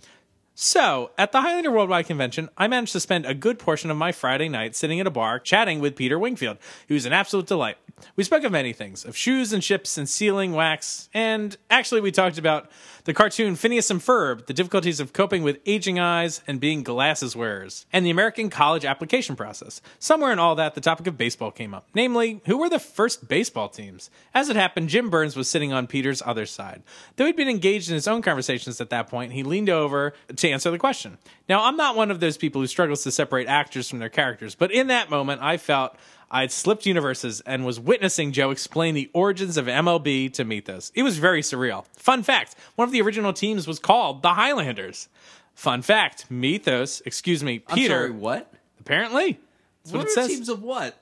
A: So, at the Highlander Worldwide Convention, I managed to spend a good portion of my Friday night sitting at a bar chatting with Peter Wingfield, who was an absolute delight. We spoke of many things, of shoes and ships and sealing wax, and actually we talked about the cartoon Phineas and Ferb, the difficulties of coping with aging eyes and being glasses wearers, and the American college application process. Somewhere in all that, the topic of baseball came up. Namely, who were the first baseball teams? As it happened, Jim Burns was sitting on Peter's other side. Though he'd been engaged in his own conversations at that point, he leaned over to answer the question. Now, I'm not one of those people who struggles to separate actors from their characters, but in that moment, I felt I'd slipped universes and was witnessing Joe explain the origins of MLB to Mythos. It was very surreal. Fun fact one of the original teams was called the Highlanders. Fun fact Mythos, excuse me,
B: I'm
A: Peter.
B: sorry, what?
A: Apparently. That's what,
B: what
A: it
B: are
A: says.
B: teams of what?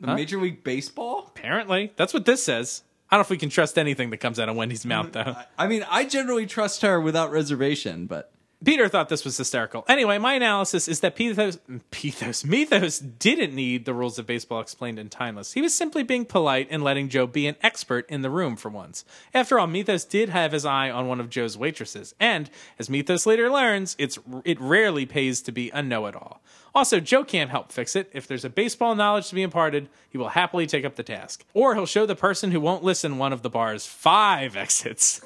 B: The Major League Baseball?
A: Apparently. That's what this says. I don't know if we can trust anything that comes out of Wendy's mouth, though.
B: I mean, I generally trust her without reservation, but
A: Peter thought this was hysterical. Anyway, my analysis is that Pethos, Pethos, Mythos didn't need the rules of baseball explained in Timeless. He was simply being polite and letting Joe be an expert in the room for once. After all, Mythos did have his eye on one of Joe's waitresses, and as Mythos later learns, it's it rarely pays to be a know-it-all. Also, Joe can't help fix it. If there's a baseball knowledge to be imparted, he will happily take up the task, or he'll show the person who won't listen one of the bar's five [laughs] exits.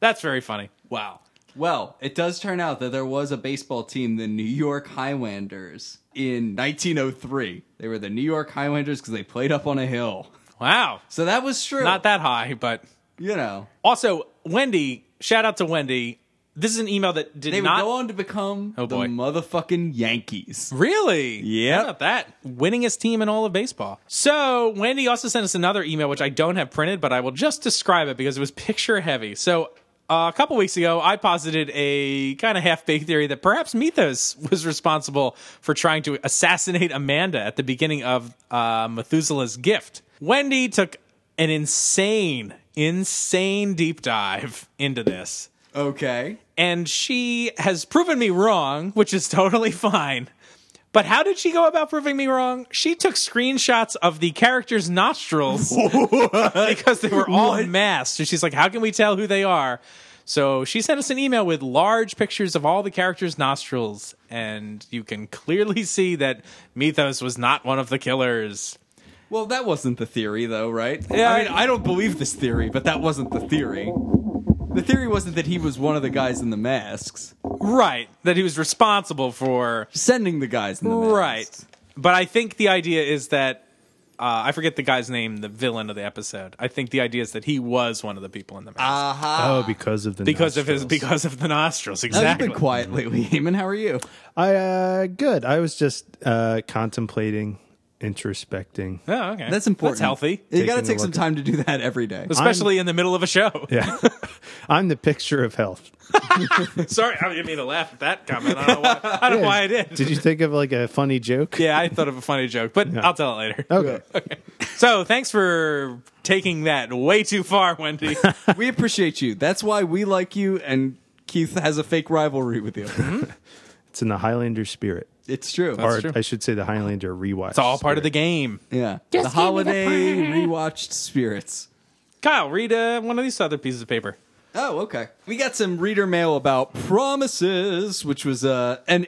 A: That's very funny. Wow.
B: well, it does turn out that there was a baseball team, the New York Highlanders, in 1903. They were the New York Highlanders because they played up on a hill.
A: Wow.
B: So that was true.
A: not that high, but
B: you know.
A: also Wendy. Shout out to Wendy. This is an email that did
B: They would
A: not Oh,
B: go on to become the
A: boy.
B: motherfucking Yankees.
A: really.
B: Yep.
A: How about that? Winningest team in all of baseball. So Wendy also sent us another email, which I don't have printed, but I will just describe it because it was picture heavy. So. Uh, a couple weeks ago, I posited a kind of half baked theory that perhaps Mythos [laughs] was responsible for trying to assassinate Amanda at the beginning of uh, Methuselah's gift. Wendy took an insane, insane deep dive into this.
B: Okay.
A: and she has proven me wrong, which is [laughs] totally fine. But how did she go about proving me wrong? She took screenshots of the characters' [laughs] nostrils because they were all masked. So she's like, "How can we tell who they are?" So she sent us an email with large pictures of all the characters' nostrils, and you can clearly see that Mythos was not one of the killers.
B: Well, that wasn't the theory, though, right?
A: Yeah,
B: I mean,
A: I-
B: I don't believe this theory, but that wasn't the theory. The theory wasn't that he was one of the guys in the masks,
A: Right. That he was responsible for
B: sending the guys in the masks.
A: Right. But I think the idea is that uh, I forget the guy's name, the villain of the episode. I think the idea is that he was one of the people in the mask
B: Aha.
C: Oh, because of the
A: because of his
C: nostrils.
A: because of the nostrils.
B: Now,
A: Exactly.
B: You've been quiet lately, Eamon. How are you?
C: I uh good. I was just uh contemplating, introspecting.
A: Oh, okay.
B: That's important.
A: That's healthy,
B: You got to
C: Taking a
B: take some
C: look
B: time to do that every day.
A: especially in the middle of a show.
C: Yeah. [laughs] I'm the picture of health.
A: [laughs] Sorry, I didn't mean to laugh at that comment. I don't know why I,
C: [laughs]
A: don't know why I did.
C: Did you think of like a funny joke?
A: Yeah, I thought of a funny joke, but I'll tell it later.
C: Okay.
A: So, thanks for taking that way too far, Wendy.
B: we appreciate you. That's why we like you, and Keith has a fake rivalry with you.
D: Mm-hmm.
C: It's in the Highlander spirit.
B: it's true.
C: or
A: true.
C: I should say the Highlander rewatch.
A: It's all part of the game.
B: yeah.
D: Just
B: the
D: give me the
B: holiday
D: pie.
B: rewatched spirits.
A: Kyle, read uh, one of these other pieces of paper.
B: Oh, okay. We got some reader mail about promises, which was uh, an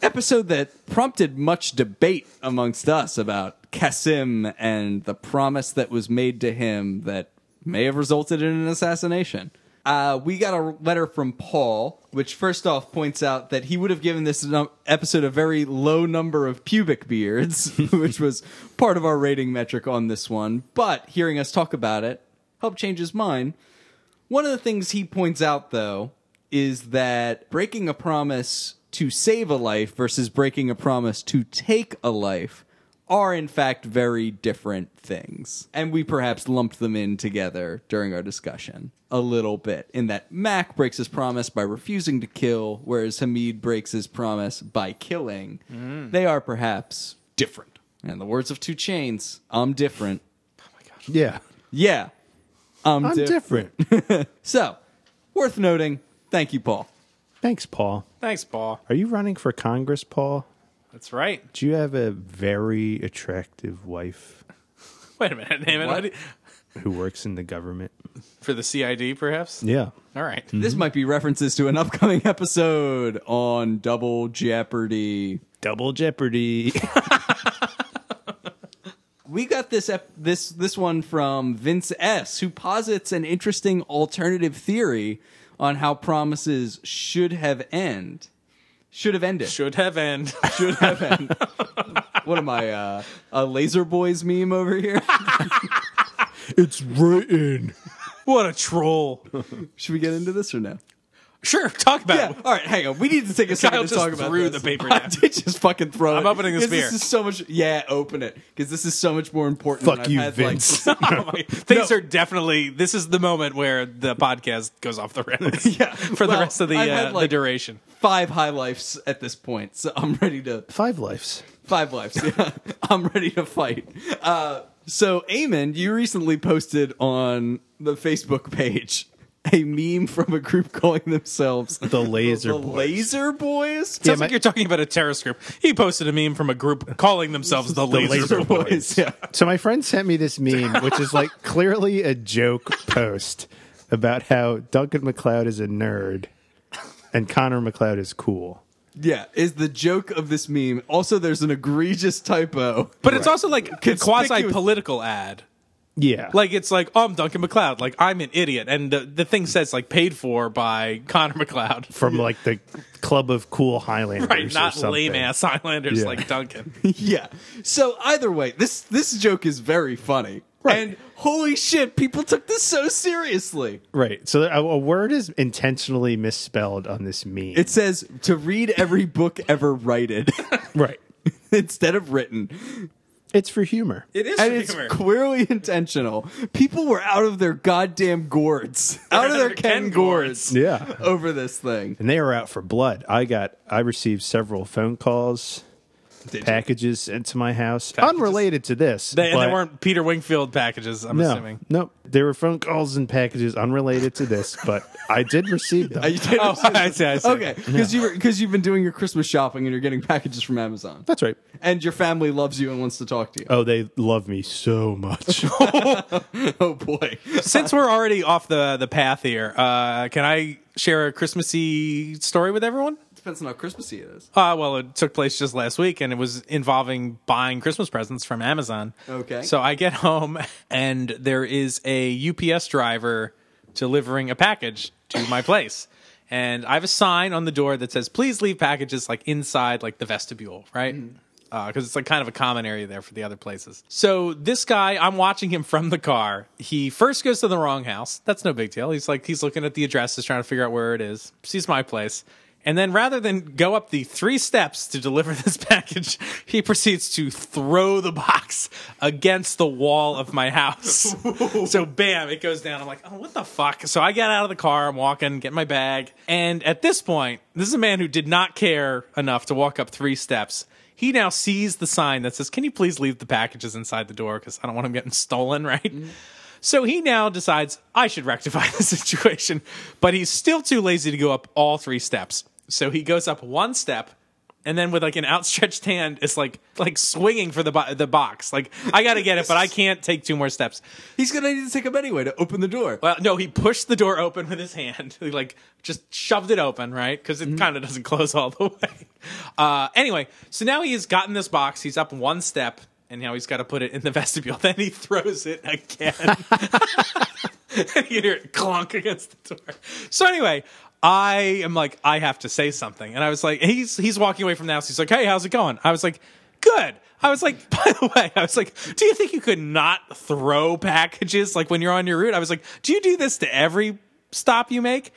B: episode that prompted much debate amongst us about Kasim and the promise that was made to him that may have resulted in an assassination. Uh, we got a letter from Paul, which first off points out that he would have given this num- episode a very low number of pubic beards, [laughs] which was part of our rating metric on this one. But hearing us talk about it helped change his mind. One of the things he points out, though, is that breaking a promise to save a life versus breaking a promise to take a life are, in fact, very different things. And we perhaps lumped them in together during our discussion a little bit, in that Mac breaks his promise by refusing to kill, whereas Hamid breaks his promise by killing. They are perhaps different. And the words of Two Chains, I'm different.
C: Yeah.
B: Yeah. I'm,
C: I'm
B: different.
C: different. [laughs]
B: So, worth noting. Thank you, Paul.
C: Thanks, Paul.
A: Thanks, Paul.
C: Are you running for Congress, Paul?
A: That's right.
C: Do you have a very attractive wife
A: [laughs] Wait a minute, Damon.
B: What?
A: What? do-
C: who works in the government?
A: For the CID, perhaps?
C: Yeah.
A: All right.
B: This might be references to an [laughs] upcoming episode on Double Jeopardy.
C: Double Jeopardy.
B: We got this ep- this this one from Vince S, who posits an interesting alternative theory on how promises should have end. Should have ended.
A: Should have end.
B: Should have ended. what am I, uh, a Laser Boys meme over here? [laughs]
C: it's written.
A: [laughs] what a troll.
B: Should we get into this or no?
A: Sure, talk about
B: Yeah.
A: it.
B: [laughs]
A: [laughs]
B: All right, hang on. We need to take a second
A: Kyle
B: to
A: just
B: talk about
A: threw
B: this.
A: the paper
B: [laughs] I
A: down.
B: did just fucking throw it.
A: I'm opening this
B: 'Cause
A: beer.
B: This is so much. Yeah, open it because this is so much more important. than
C: Fuck
B: I've
C: you,
B: had, like-
C: Vince.
A: Oh my- Things are definitely. This is the moment where the podcast goes off the rails.
B: Yeah.
A: For the
B: Well,
A: rest of the,
B: I've
A: uh,
B: had,
A: the
B: like-
A: duration.
B: [laughs] five high lifes at this point, so I'm ready to
C: Five lives.
B: five lives. Yeah, [laughs] I'm ready to fight. Uh, so, Eamon, you recently posted on the Facebook page a meme from a group calling themselves
C: The laser
B: the
C: boy.
B: Laser Boys.
A: Sounds
C: my-
A: like you're talking about a terrorist group. He posted a meme from a group calling themselves the, Laser,
C: Laser
A: Boys.
B: Boys. Yeah.
C: So my friend sent me this meme, which
A: [laughs]
C: is like clearly a joke post about how Duncan McLeod is a nerd and Connor McLeod is cool.
B: [laughs] Yeah, is the joke of this meme. Also, there's an egregious typo.
A: But it's also like a
B: Conspicuous-
A: quasi political ad.
C: Yeah.
A: Like it's like oh, I'm Duncan McLeod. Like I'm an idiot, and the, the thing says like paid for by Connor McLeod.
C: from like the club of cool Highlanders.
A: Right,
C: or
A: not
C: something.
A: lame ass Islanders
C: Yeah.
A: like Duncan.
B: yeah. So either way, this this joke is very funny.
C: Right.
B: And holy shit, people took this so seriously.
C: Right. So a, a word is intentionally misspelled on this meme.
B: It says to read every book ever written [laughs]
C: right.
B: instead of written.
C: [laughs] It's for humor.
A: It is
B: And it's clearly intentional. People were out of their goddamn gourds. [laughs] Out of their Ken gourds
C: yeah.
B: over this thing.
C: And they are out for blood. I got I received several phone calls
B: Did you?
C: packages sent to my house,
A: Packages?
C: unrelated to this.
A: They, and they
C: but-
A: weren't Peter Wingfield packages, I'm
C: No,
B: [laughs]
A: assuming. [laughs]
C: no, there were phone calls and packages unrelated to this, but I did receive them.
B: Are you kidding? [laughs]
A: Oh, I see, I see.
B: okay, because you because you've been doing your Christmas shopping and you're getting packages from Amazon,
C: [laughs] That's right.
B: and your family loves you and wants to talk to you.
C: Oh, they love me so much.
B: [laughs] Oh boy,
A: Since we're already off the, the path here, uh, can I share a Christmassy story with everyone?
B: depends on how Christmassy it is.
A: Uh, well, it took place just last week, and it was involving buying Christmas presents from Amazon.
B: Okay.
A: So I get [laughs] home, and there is a UPS driver delivering a package to my place, and I have a sign on the door that says, "Please leave packages like inside, like the vestibule, right?" Because it's like kind of a common area there for the other places. So this guy, I'm watching him from the car. He first goes to the wrong house. That's no big deal. He's like he's looking at the addresses, trying to figure out where it is. Sees my place. And then rather than go up the three steps to deliver [laughs] this package, he proceeds to throw the box against the wall of my house. so bam, it goes down. I'm like, oh, what the fuck? So I get out of the car, I'm walking, get my bag. And at this point, this is a man who did not care enough to walk up three steps. He now sees the sign that says, can you please leave the packages inside the door? Because I don't want them getting stolen, [laughs] right? So he now decides I should rectify [laughs] the situation, but he's still too lazy to go up all three steps. So he goes up one step and then with like an outstretched hand is like like swinging for the bo- the box. Like I got to get it, but I can't take two more steps.
B: He's gonna need to take him anyway to open the door.
A: Well, no, he pushed the door open with his hand. [laughs] He like just shoved it open, right? Because it kind of doesn't close all the [laughs] way. Uh, anyway, so now he has gotten this box. He's up one step, and now he's got to put it in the [laughs] vestibule. Then he throws it again. and [laughs] you hear it clunk against the door. So anyway, I am like, I have to say something. And I was like, he's he's walking away from the house. He's like, hey, how's it going? I was like, good. I was like, [laughs] by the way, I was like, do you think you could not throw packages like when you're on your route? I was like, do you do this to every stop you make?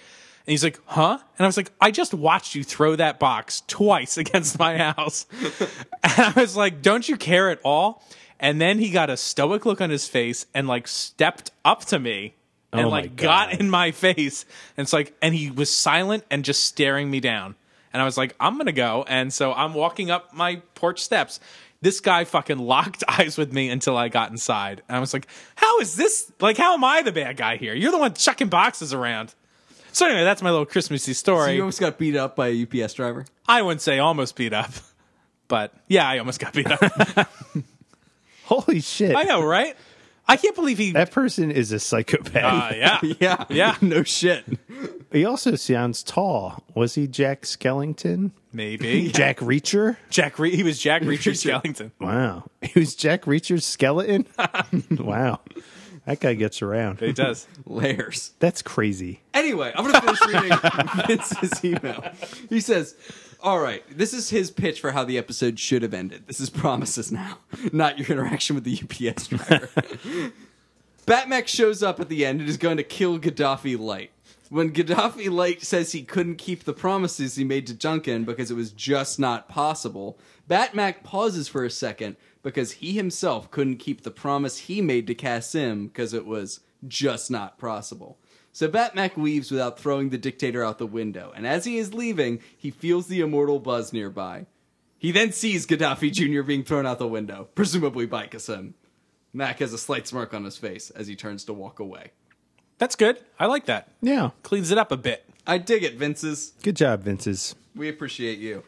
A: And he's like, huh? And I was like, I just watched you throw that box twice [laughs] against my house. [laughs] and I was like, don't you care at all? And then he got a stoic look on his face and like stepped up to me and
C: Oh my
A: like got
C: God.
A: in my face. And it's like, and he was silent and just staring me down. And I was like, I'm gonna go. And so I'm walking up my porch steps. This guy fucking locked [laughs] eyes with me until I got inside. And I was like, how is this? Like, how am I the bad guy here? You're the one chucking boxes around. So anyway, that's my little Christmassy story.
B: You almost got beat up by a UPS driver.
A: I wouldn't say almost beat up, [laughs] but yeah, I almost got beat up.
C: [laughs]
A: [laughs]
C: Holy shit.
A: I know, right? I can't believe he. [laughs] Uh,
C: That person is a psychopath.
A: yeah.
B: Yeah,
A: Yeah.
B: [laughs] no shit.
C: [laughs] he also sounds tall. Was he Jack Skellington?
A: Maybe.
C: [laughs] Jack Reacher?
A: Jack Re- he was Jack Reacher Skellington.
C: Wow. [laughs] He was Jack
A: [laughs]
C: Reacher's skeleton? wow. That guy gets around.
A: He does.
B: Layers.
C: That's crazy.
B: Anyway, I'm going to finish reading Vince's email. He says, All right, this is his pitch for how the episode should have ended. This is promises now, not your interaction with the UPS driver. Batmax shows up at the end and is going to kill Gaddafi Light. When Gaddafi Light says he couldn't keep the promises he made to Duncan because it was just not possible, Batmax pauses for a second because he himself couldn't keep the promise he made to Cassim because it was just not possible. So Batmac leaves without throwing the dictator out the window, and as he is leaving, he feels the immortal buzz nearby. He then sees Gaddafi Jr. being thrown out the window, presumably by Kassim. Mac has a slight smirk on his face as he turns to walk away.
A: That's good. I like that.
C: Yeah.
A: Cleans it up a bit. [laughs]
B: I dig it, Vince's.
C: Good job, Vince's.
B: We appreciate you.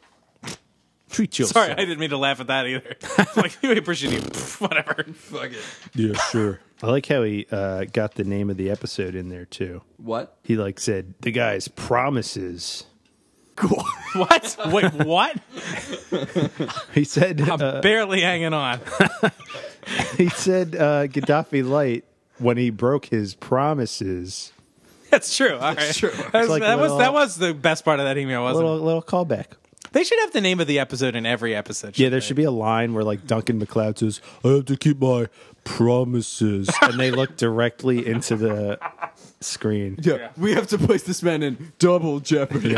C: Treat yourself.
A: Sorry, I didn't mean to laugh at that either. [laughs] like, we appreciate you. [laughs] Pff, Whatever.
B: Fuck it.
C: [laughs] Yeah, sure. I like how he uh, got the name of the episode in there too.
B: What?
C: He like said the guy's promises.
B: Cool.
A: What? [laughs] Wait, what? [laughs]
C: He said uh,
A: Barely hanging
C: [laughs]
A: on.
C: he said uh, Gaddafi light when he broke his promises.
A: That's true. All right.
B: true.
A: That was,
C: like
A: that, was,
C: little-
A: that was the best part of that email, wasn't
C: Little little callback.
A: it? They should have the name of the episode in every episode.
C: Yeah,
A: shouldn't
C: there
A: they?
C: should be a line where like Duncan McLeod says, "I have to keep my promises," [laughs] and they look directly into the screen.
B: Yeah. We have to place this man in double jeopardy.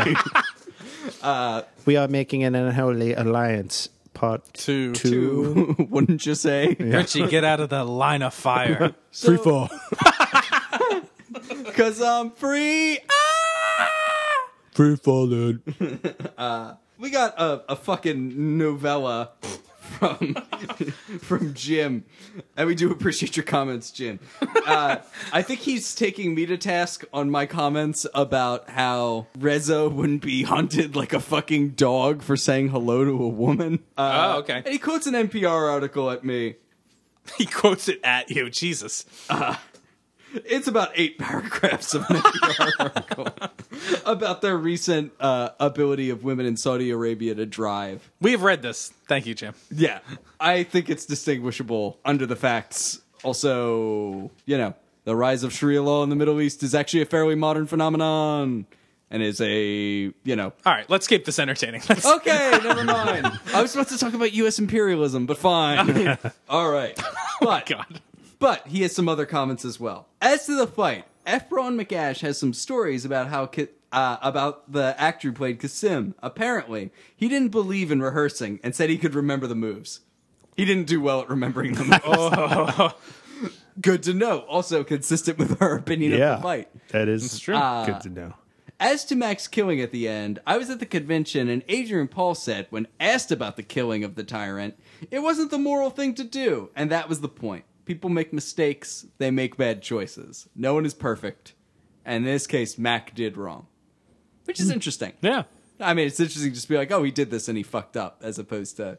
C: We are making an unholy alliance. Part
A: Two.
C: two.
B: [laughs] Wouldn't you say? [laughs]
A: Richie, get out of the line of
C: [laughs]
A: fire. [laughs]
C: free fall.
B: Because I'm free. Ah!
C: free fall, dude.
B: We got a, a fucking novella from [laughs] from Jim, and we do appreciate your comments, Jim. Uh, I think he's taking me to task on my comments about how Rezzo wouldn't be hunted like a fucking dog for saying hello to a woman. Uh,
A: Oh, okay.
B: And he quotes an NPR article at me.
A: He quotes it at you. Jesus.
B: It's about eight paragraphs of an NPR [laughs] article about their recent uh, ability of women in Saudi Arabia to drive.
A: We have read this. Thank you, Jim.
B: Yeah, I think it's distinguishable under the facts. Also, you know, the rise of Sharia law in the Middle East is actually a fairly modern phenomenon, and is a you know.
A: All right, let's keep this entertaining. [laughs] Let's-
C: Oh.
B: Okay, never mind. I was supposed to talk about U.S. imperialism, but fine. All right, but
A: God.
B: but he has some other comments as well. As to the fight, Efron McAsh has some stories about how Ki- uh, about the actor who played Kasim. Apparently, he didn't believe in rehearsing and said he could remember the moves. He didn't do well at remembering the moves. [laughs] Good to know. Also consistent with her opinion of
C: yeah,
B: the fight.
C: that is
A: true.
C: good to know.
B: As to Max killing at the end, I was at the convention and Adrian Paul said, when asked about the killing of the tyrant, it wasn't the moral thing to do. And that was the point. People make mistakes, they make bad choices. No one is perfect. And in this case, Mac did wrong, which is interesting.
A: Yeah.
B: I mean, it's interesting just to be like, oh, he did this and he fucked up, as opposed to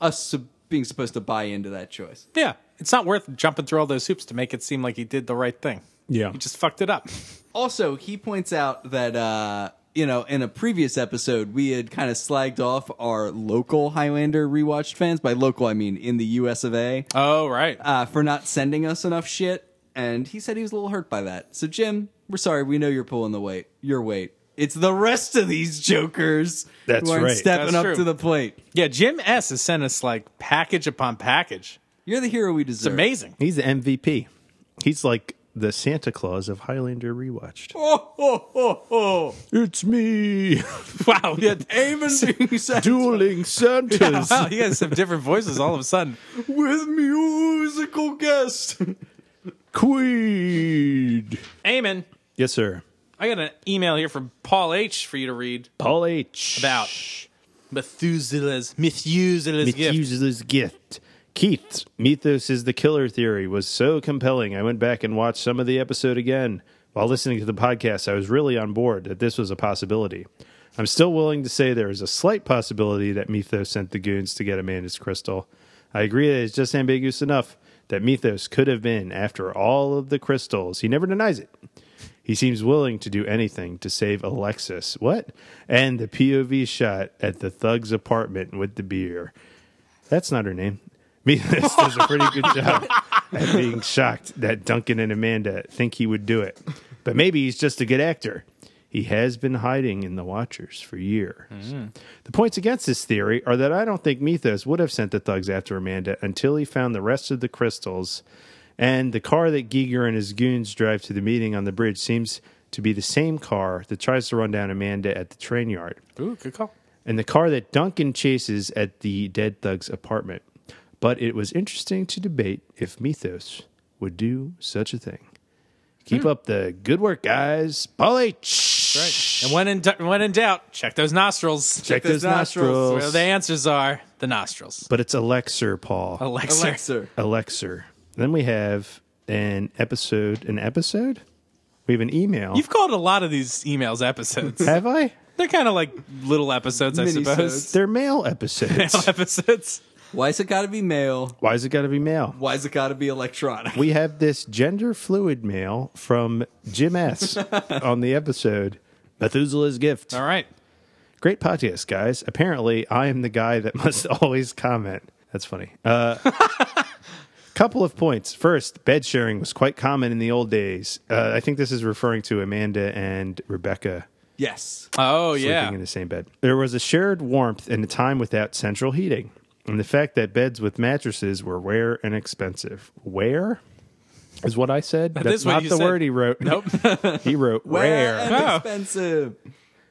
B: us sub- being supposed to buy into that choice.
A: Yeah. It's not worth jumping through all those hoops to make it seem like he did the right thing.
C: Yeah.
A: He just fucked it up.
B: Also, he points out that uh, you know in a previous episode we had kind of slagged off our local Highlander rewatched fans. By local, I mean in the U.S. of A.
A: Oh, right.
B: Uh, for not sending us enough shit, and he said he was a little hurt by that. So, Jim, we're sorry. We know you're pulling the weight. Your weight. It's the rest of these jokers
C: That's
B: who aren't
C: right.
B: stepping
A: That's
B: up
A: true.
B: to the plate.
A: yeah, Jim S. has sent us like package upon package.
B: You're the hero we
C: [laughs]
B: deserve.
A: Amazing.
C: He's the MVP. He's like the Santa Claus of Highlander rewatched.
B: Oh, oh, oh, oh.
C: It's me, [laughs]
A: Wow. [laughs] Yeah.
B: Amen being said
A: [laughs]
C: dueling Santas.
A: Wow, you guys have different voices all of a sudden.
B: with [laughs]
A: [laughs]
B: musical guest.
C: Queen.
A: Eamon,
C: Yes, sir.
A: I got an email here from Paul H. for you to read
C: Paul H.
A: about Methuselah's, Methuselah's gift.
C: Methuselah's gift. Keith's Mythos is the Killer Theory was so compelling. I went back and watched some of the episode again. While listening to the podcast, I was really on board that this was a possibility. I'm still willing to say there is a slight possibility that Mythos sent the goons to get Amanda's crystal. I agree that it's just ambiguous enough that Mythos could have been after all of the crystals. He never denies it. He seems willing to do anything to save Alexis. What? And the POV shot at the thug's apartment with the beer. That's not her name. Meatless does a pretty good job at being shocked that Duncan and Amanda think he would do it. But maybe he's just a good actor. He has been hiding in the Watchers for years. The points against this theory are that I don't think Mythos would have sent the thugs after Amanda until he found the rest of the crystals. And the car that Giger and his goons drive to the meeting on the bridge seems to be the same car that tries to run down Amanda at the train yard
A: Ooh, good call.
C: and the car that Duncan chases at the dead thug's apartment. But it was interesting to debate if Mythos would do such a thing. Keep up the good work, guys. Paul H.
A: Right. And when in, du- when in doubt, check those nostrils.
C: Check those nostrils.
A: Where the answers are the nostrils.
C: But it's Alexer, Paul.
A: Alexa.
B: Alexa.
C: Alexer. Then we have an episode. An episode? We have an email.
A: You've called a lot of these emails episodes.
C: have I?
A: They're kind of like little episodes, I
B: Minisodes.
A: suppose.
C: They're mail episodes.
A: [laughs] Little episodes.
B: Why is it got to be male?
C: Why's it got to be mail?
B: Why's it got to be electronic?
C: we have this gender fluid mail from
A: [laughs]
C: Jim S on the episode Methuselah's Gift.
A: All right.
C: Great podcast, guys. Apparently, I am the guy that [laughs] must always comment. That's funny. Uh,
A: [laughs]
C: couple of points. First, bed sharing was quite common in the old days. Uh, I think this is referring to Amanda and Rebecca
B: Yes.
A: Oh,
C: sleeping
A: yeah.
C: in the same bed. There was a shared warmth in a time without central heating, and the fact that beds with mattresses were rare and expensive. Where is what I said. That's
A: is what
C: not
A: you
C: the
A: said.
C: word [laughs] he wrote.
A: Nope.
C: he wrote
B: Rare
C: rare.
B: and expensive.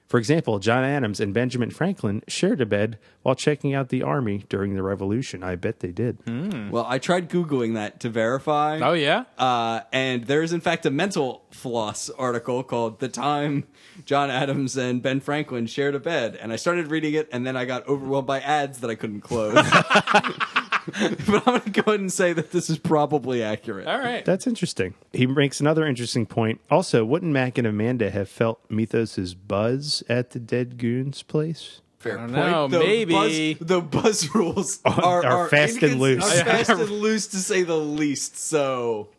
C: For example, John Adams and Benjamin Franklin shared a bed while checking out the army during the Revolution. I bet they did.
A: Hmm?
B: Well, I tried Googling that to verify.
A: Oh yeah.
B: Uh, and there is, in fact, a mental floss article called The Time John Adams and Ben Franklin Shared a Bed. And I started reading it, and then I got overwhelmed by ads that I couldn't close. [laughs] but I'm going to go ahead and say that this is probably accurate.
A: All right.
C: That's interesting. He makes another interesting point. Also, wouldn't Mac and Amanda have felt Mythos's buzz at the dead goon's place?
B: Fair
A: don't know,
B: The
A: maybe.
B: Buzz, the buzz [laughs] rules are,
C: are fast and
B: incons-
C: loose.
A: [laughs]
B: Are fast and loose, to say the least. So,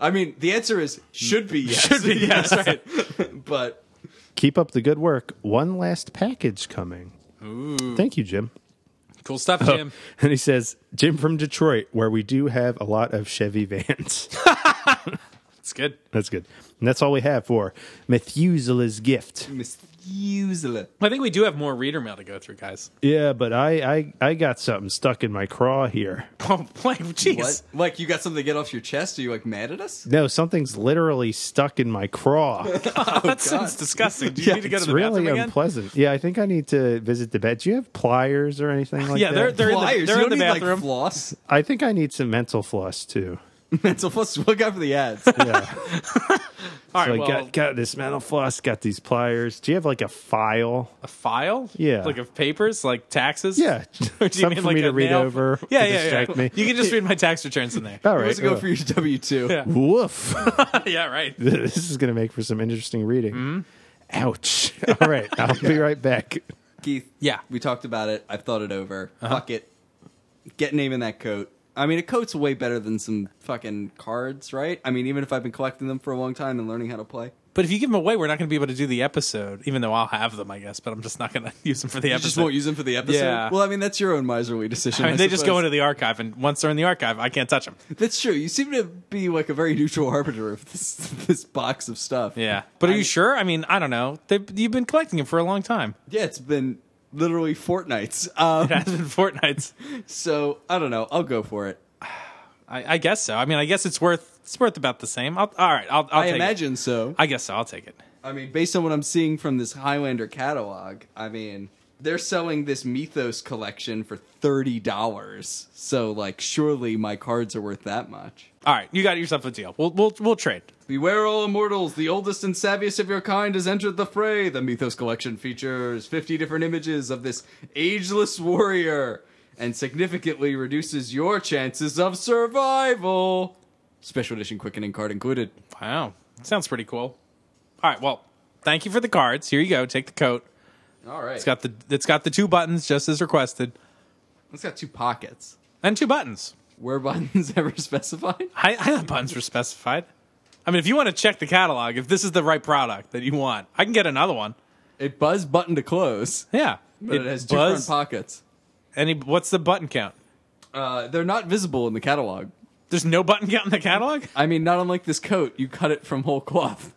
B: I mean, the answer is should be yes. Should [laughs] be yes, right. [laughs] but
C: Keep up the good work. One last package coming. Thank you, Jim. [laughs]
A: Cool stuff,
C: Oh.
A: Jim.
C: And he says, Jim from Detroit, where we do have a lot of Chevy vans. [laughs]
A: It's good.
C: That's good. And that's all we have for Methuselah's gift.
B: Miss Usually.
A: I think we do have more reader mail to go through, guys. [laughs]
C: Yeah, but I, I, I got something stuck in my craw here.
A: Oh, play. Jeez.
B: What? Like you got something to get off your chest? Are you like mad at us?
C: No, something's literally stuck in my [laughs]
A: [laughs]
C: craw.
A: that sounds disgusting.
C: [laughs]
A: Do you need to go to
C: Oh, it's
A: the
C: really
A: bathroom again?
C: unpleasant. Yeah, I think I need to visit the bed. Do you have pliers or [laughs] anything like
A: Yeah,
C: that?
A: they're- they're- in the-
B: Pliers.
A: they're
B: you
A: in
B: don't
A: the
B: need
A: bathroom.
B: like floss. [laughs]
C: I think I need some mental floss [laughs] too.
B: Mental floss. Look out for the
A: [laughs]
B: ads.
A: All
C: So
A: right.
C: I
A: well,
C: got got this mental floss. Got these pliers. Do you have like a file?
A: a file.
C: Yeah.
A: Like of papers, like taxes.
C: Yeah,
A: [laughs] Or do you
C: [laughs] something
A: mean
C: for
A: like
C: me
A: a
C: to read
A: nail-
C: over.
A: [laughs] Yeah,
C: to
A: yeah,
C: distract
A: yeah.
C: Me.
A: You can just read my tax returns
C: [laughs]
A: in there.
C: All
B: Where's
C: right.
B: it go
C: uh,
B: for your W two?
A: Yeah.
C: Woof.
A: [laughs]
C: [laughs]
A: yeah. Right.
C: this is going to make for some interesting reading.
A: Hmm? [laughs]
C: Ouch. All right. I'll be right back.
B: Keith.
A: Yeah. Uh-huh.
B: We talked about it. I've thought it over. Fuck it. Get name in that coat. I mean, a coat's way better than some fucking cards, right? I mean, even if I've been collecting them for a long time and learning how to play,
A: But if you give them away, we're not going to be able to do the episode. Even though I'll have them, I guess. But I'm just not going to [laughs] use them for the
B: you
A: episode.
B: just won't use them for the episode.
A: Yeah.
B: Well, I mean, that's your own miserly decision.
A: I mean, they just go
B: suppose.
A: into the archive, and once they're in the archive, I can't touch them.
B: That's true. You seem to be like a very neutral harbinger of this [laughs] this box of stuff.
A: Yeah. But are
B: I-
A: you sure? I mean, I don't know. They, you've been collecting them for a long time.
B: Yeah, it's been
A: [laughs]
B: literally fortnights. Um,
A: It has been fortnights.
B: So I don't know. I'll go for it.
A: I, I guess so. I mean, I guess it's worth it's worth about the same. I'll, all right, I'll, I'll
B: I
A: take It.
B: imagine so.
A: I guess so. I'll take it.
B: I mean, based on what I'm seeing from this Highlander catalog, I mean, they're selling this Mythos collection for thirty dollars. So like, surely my cards are worth that much.
A: All right, you got yourself a deal. We'll we'll we'll trade.
B: Beware all immortals, the oldest and savviest of your kind has entered the fray. The Mythos collection features 50 different images of this ageless warrior and significantly reduces your chances of survival. Special edition quickening card included.
A: Wow, sounds pretty cool. All right, well, thank you for the cards. Here you go. Take the coat.
B: All right.
A: It's got the it's got the two buttons just as requested,
B: it's got two pockets.
A: and two buttons.
B: Were buttons [laughs] ever specified?
A: I, I thought buttons were specified. I mean, if you want to check the catalog, if this is the right product that you want, I can get another one.
B: It buzz button to close,
A: Yeah,
B: but it, has two
A: buzz-
B: front pockets.
A: Any what's the button count?
B: Uh, they're not visible in the catalog.
A: There's no button count in the catalog.
B: I mean, not unlike this coat, you cut it from whole [laughs] cloth.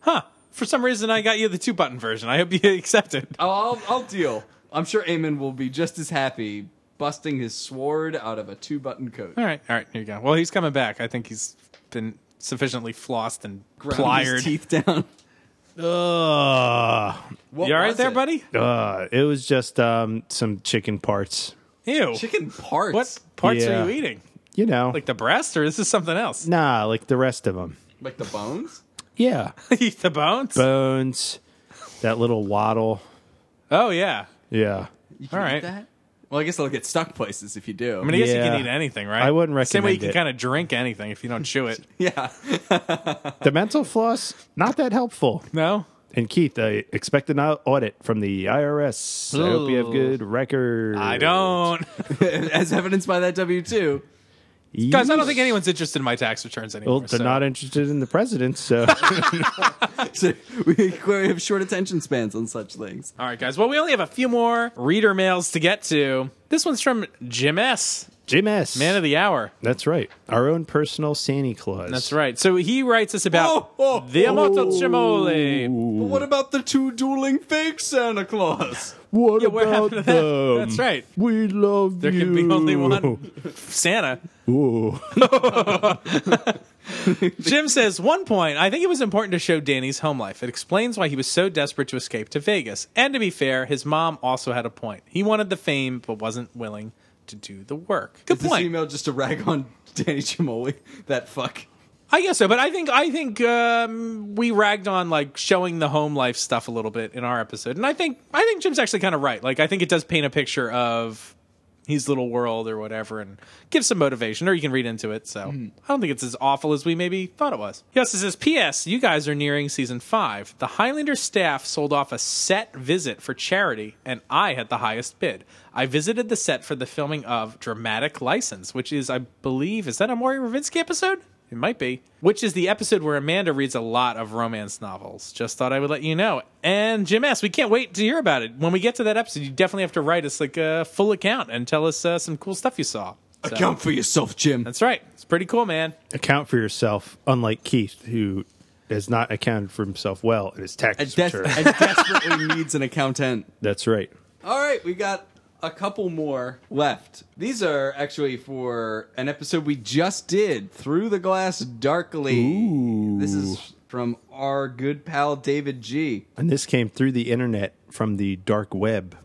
A: Huh. For some reason, I got you the two button version. I hope you [laughs] accept it.
B: Oh, I'll, I'll deal. I'm sure Eamon will be just as happy busting his sword out of a two button coat.
A: All right, all right, here you go. Well, he's coming back. I think he's been sufficiently flossed and
B: Ground his
A: plied.
B: teeth down.
C: Ugh.
A: [laughs]
B: What
A: You all right
B: was
A: there,
B: it?
A: buddy?
C: Uh, it was just um, some chicken parts.
A: Ew.
B: Chicken parts.
A: What parts
C: Yeah.
A: are you eating?
C: You know,
A: Like the breast, or is this something else? [laughs]
C: nah, like the rest of them.
B: Like the bones?
C: Yeah,
A: Eat the bones?
C: bones, that little waddle.
A: oh, yeah.
C: Yeah,
B: You can
A: All
B: eat
A: right.
B: that? Well, I guess they'll get stuck places if you do.
A: I mean, I guess you
C: Yeah.
A: can eat anything, right?
C: I wouldn't
A: Same way you can
C: recommend
A: kind of drink anything if you don't chew
C: [laughs]
A: it.
B: [laughs] yeah. [laughs]
C: the mental floss not that helpful.
A: no?
C: And Keith, I expect an au- audit from the IRS. I hope you have
A: Ooh.
C: good record.
A: I don't.
C: [laughs]
B: as evidenced by that W 2.
A: Guys, I don't think anyone's interested in my tax returns anymore.
C: Well, they're
A: so-
C: not interested in the
A: [laughs]
C: president, so
B: [laughs] So [laughs] we we have short attention spans on such things.
A: All right, guys. Well, we only have a few more reader mails to get to. This one's from Jim S.,
C: Jim S.
A: man of the hour.
C: That's right. Our own personal Santa Claus.
A: That's right. So he writes us about [laughs]
B: Oh, oh,
A: the
B: oh.
A: immortal Chimoli.
B: But what about the two dueling fake Santa
A: [laughs]
B: Claus?
C: What
A: Yeah, what happened to
C: about
A: that?
C: them?
A: That's right.
C: We love
A: There
C: you.
A: can be only one Santa.
C: Ooh.
A: [laughs] Jim says, one point, I think it was important to show Danny's home life. It explains why he was so desperate to escape to Vegas. And to be fair, his mom also had a point. He wanted the fame, but wasn't willing to do the work. Good
B: Is this
A: point.
B: email just to rag on [laughs] Danny Chimoli? That fuck.
A: I guess so, but I think I think um, we ragged on like showing the home life stuff a little bit in our episode, and I think I think Jim's actually kind of right. Like I think it does paint a picture of his little world or whatever, and give some motivation, or you can read into it. So I don't think it's as awful as we maybe thought it was. Yes, it says, "P.S. You guys are nearing season five. The Highlander staff sold off a set visit for charity, and I had the highest bid. I visited the set for the filming of Dramatic License, which is, I believe, is that a Maury Ravinsky episode?" It might be. Which is the episode where Amanda reads a lot of romance novels. Just thought I would let you know. And Jim S., we can't wait to hear about it. When we get to that episode, you definitely have to write us like a full account and tell us uh, some cool stuff you saw. So-
B: Account for yourself, Jim.
A: That's right. It's pretty cool, man.
C: Account for yourself, unlike Keith, who has not accounted for himself well in his
B: I,
C: tax
B: des-
C: return.
B: I desperately [laughs] needs an accountant.
C: That's right.
B: All right, we got a couple more left. These are actually for an episode we just did, Through the Glass Darkly. This is from our good pal David G.
C: And this came through the internet from the dark web.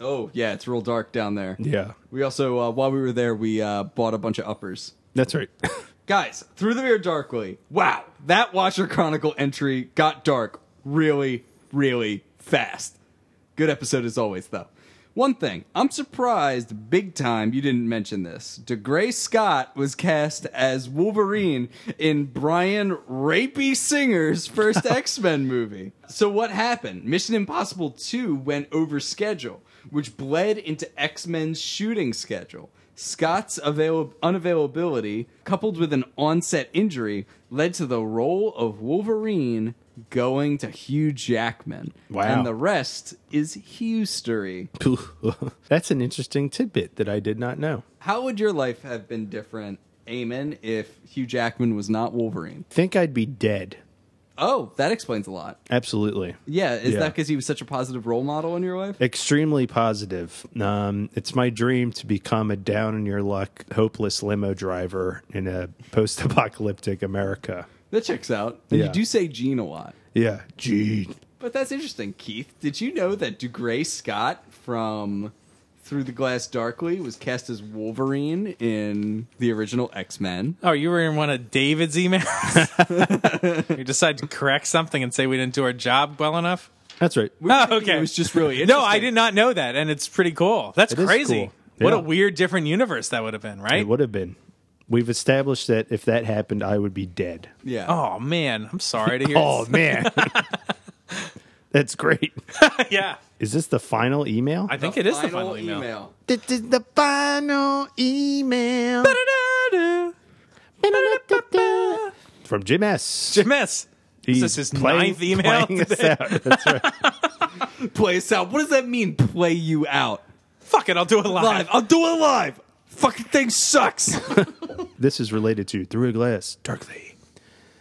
B: Oh, yeah, it's real dark down there.
C: Yeah.
B: We also, uh, while we were there, we uh, bought a bunch of uppers.
C: That's
B: [laughs]
C: right. [laughs]
B: Guys, Through the Mirror Darkly. Wow, that Watcher Chronicle entry got dark really, really fast. Good episode as always, though. One thing, I'm surprised big time you didn't mention this. DeGray Scott was cast as Wolverine in Brian Rapey Singer's first X Men movie. So, what happened? Mission Impossible 2 went over schedule, which bled into X Men's shooting schedule. Scott's avail- unavailability, coupled with an onset injury, led to the role of Wolverine going to Hugh Jackman.
C: Wow.
B: And the rest is Hugh-stery.
C: That's an interesting tidbit that I did not know.
B: How would your life have been different, Eamon, if Hugh Jackman was not Wolverine?
C: Think I'd be dead.
B: Oh, that explains a lot.
C: Absolutely.
B: Yeah, is
C: Yeah.
B: that because he was such a positive role model in your life?
C: Extremely positive. Um, it's my dream to become a down in your luck, hopeless limo driver in a post apocalyptic America.
B: That checks out. And
C: Yeah.
B: you do say Gene a lot.
C: Yeah. Gene.
B: But that's interesting, Keith. Did you know that DeGray Scott from Through the Glass Darkly was cast as Wolverine in the original X Men?
A: Oh, you were in one of David's emails? [laughs] you decided to correct something and say we didn't do our job well
C: [laughs]
A: enough?
C: That's right.
A: Oh, okay.
B: It was just really interesting.
A: No, I did not know that, and it's pretty cool. That's
C: It is
A: crazy.
C: cool.
A: What a
C: Yeah.
A: weird, different universe that would have been, right?
C: It would have been. We've established that if that happened, I would be dead.
B: Yeah.
A: Oh man, I'm sorry to hear.
C: [laughs] Oh,
B: [laughs]
C: man. That's great.
A: [laughs] yeah,
C: Is this the final email?
A: I think it is the final email.
C: This is the final email. From Jim S.
A: Jim S. This
C: He's
A: is his
C: playing-
A: ninth
C: [laughs]
A: email.
C: playing us
A: today.
C: out. That's right.
B: Play us out. What does that mean? Play you out
A: Fuck it, I'll do it live.
B: live. I'll do it live. Fucking thing sucks.
C: This is related to Through a Glass Darkly.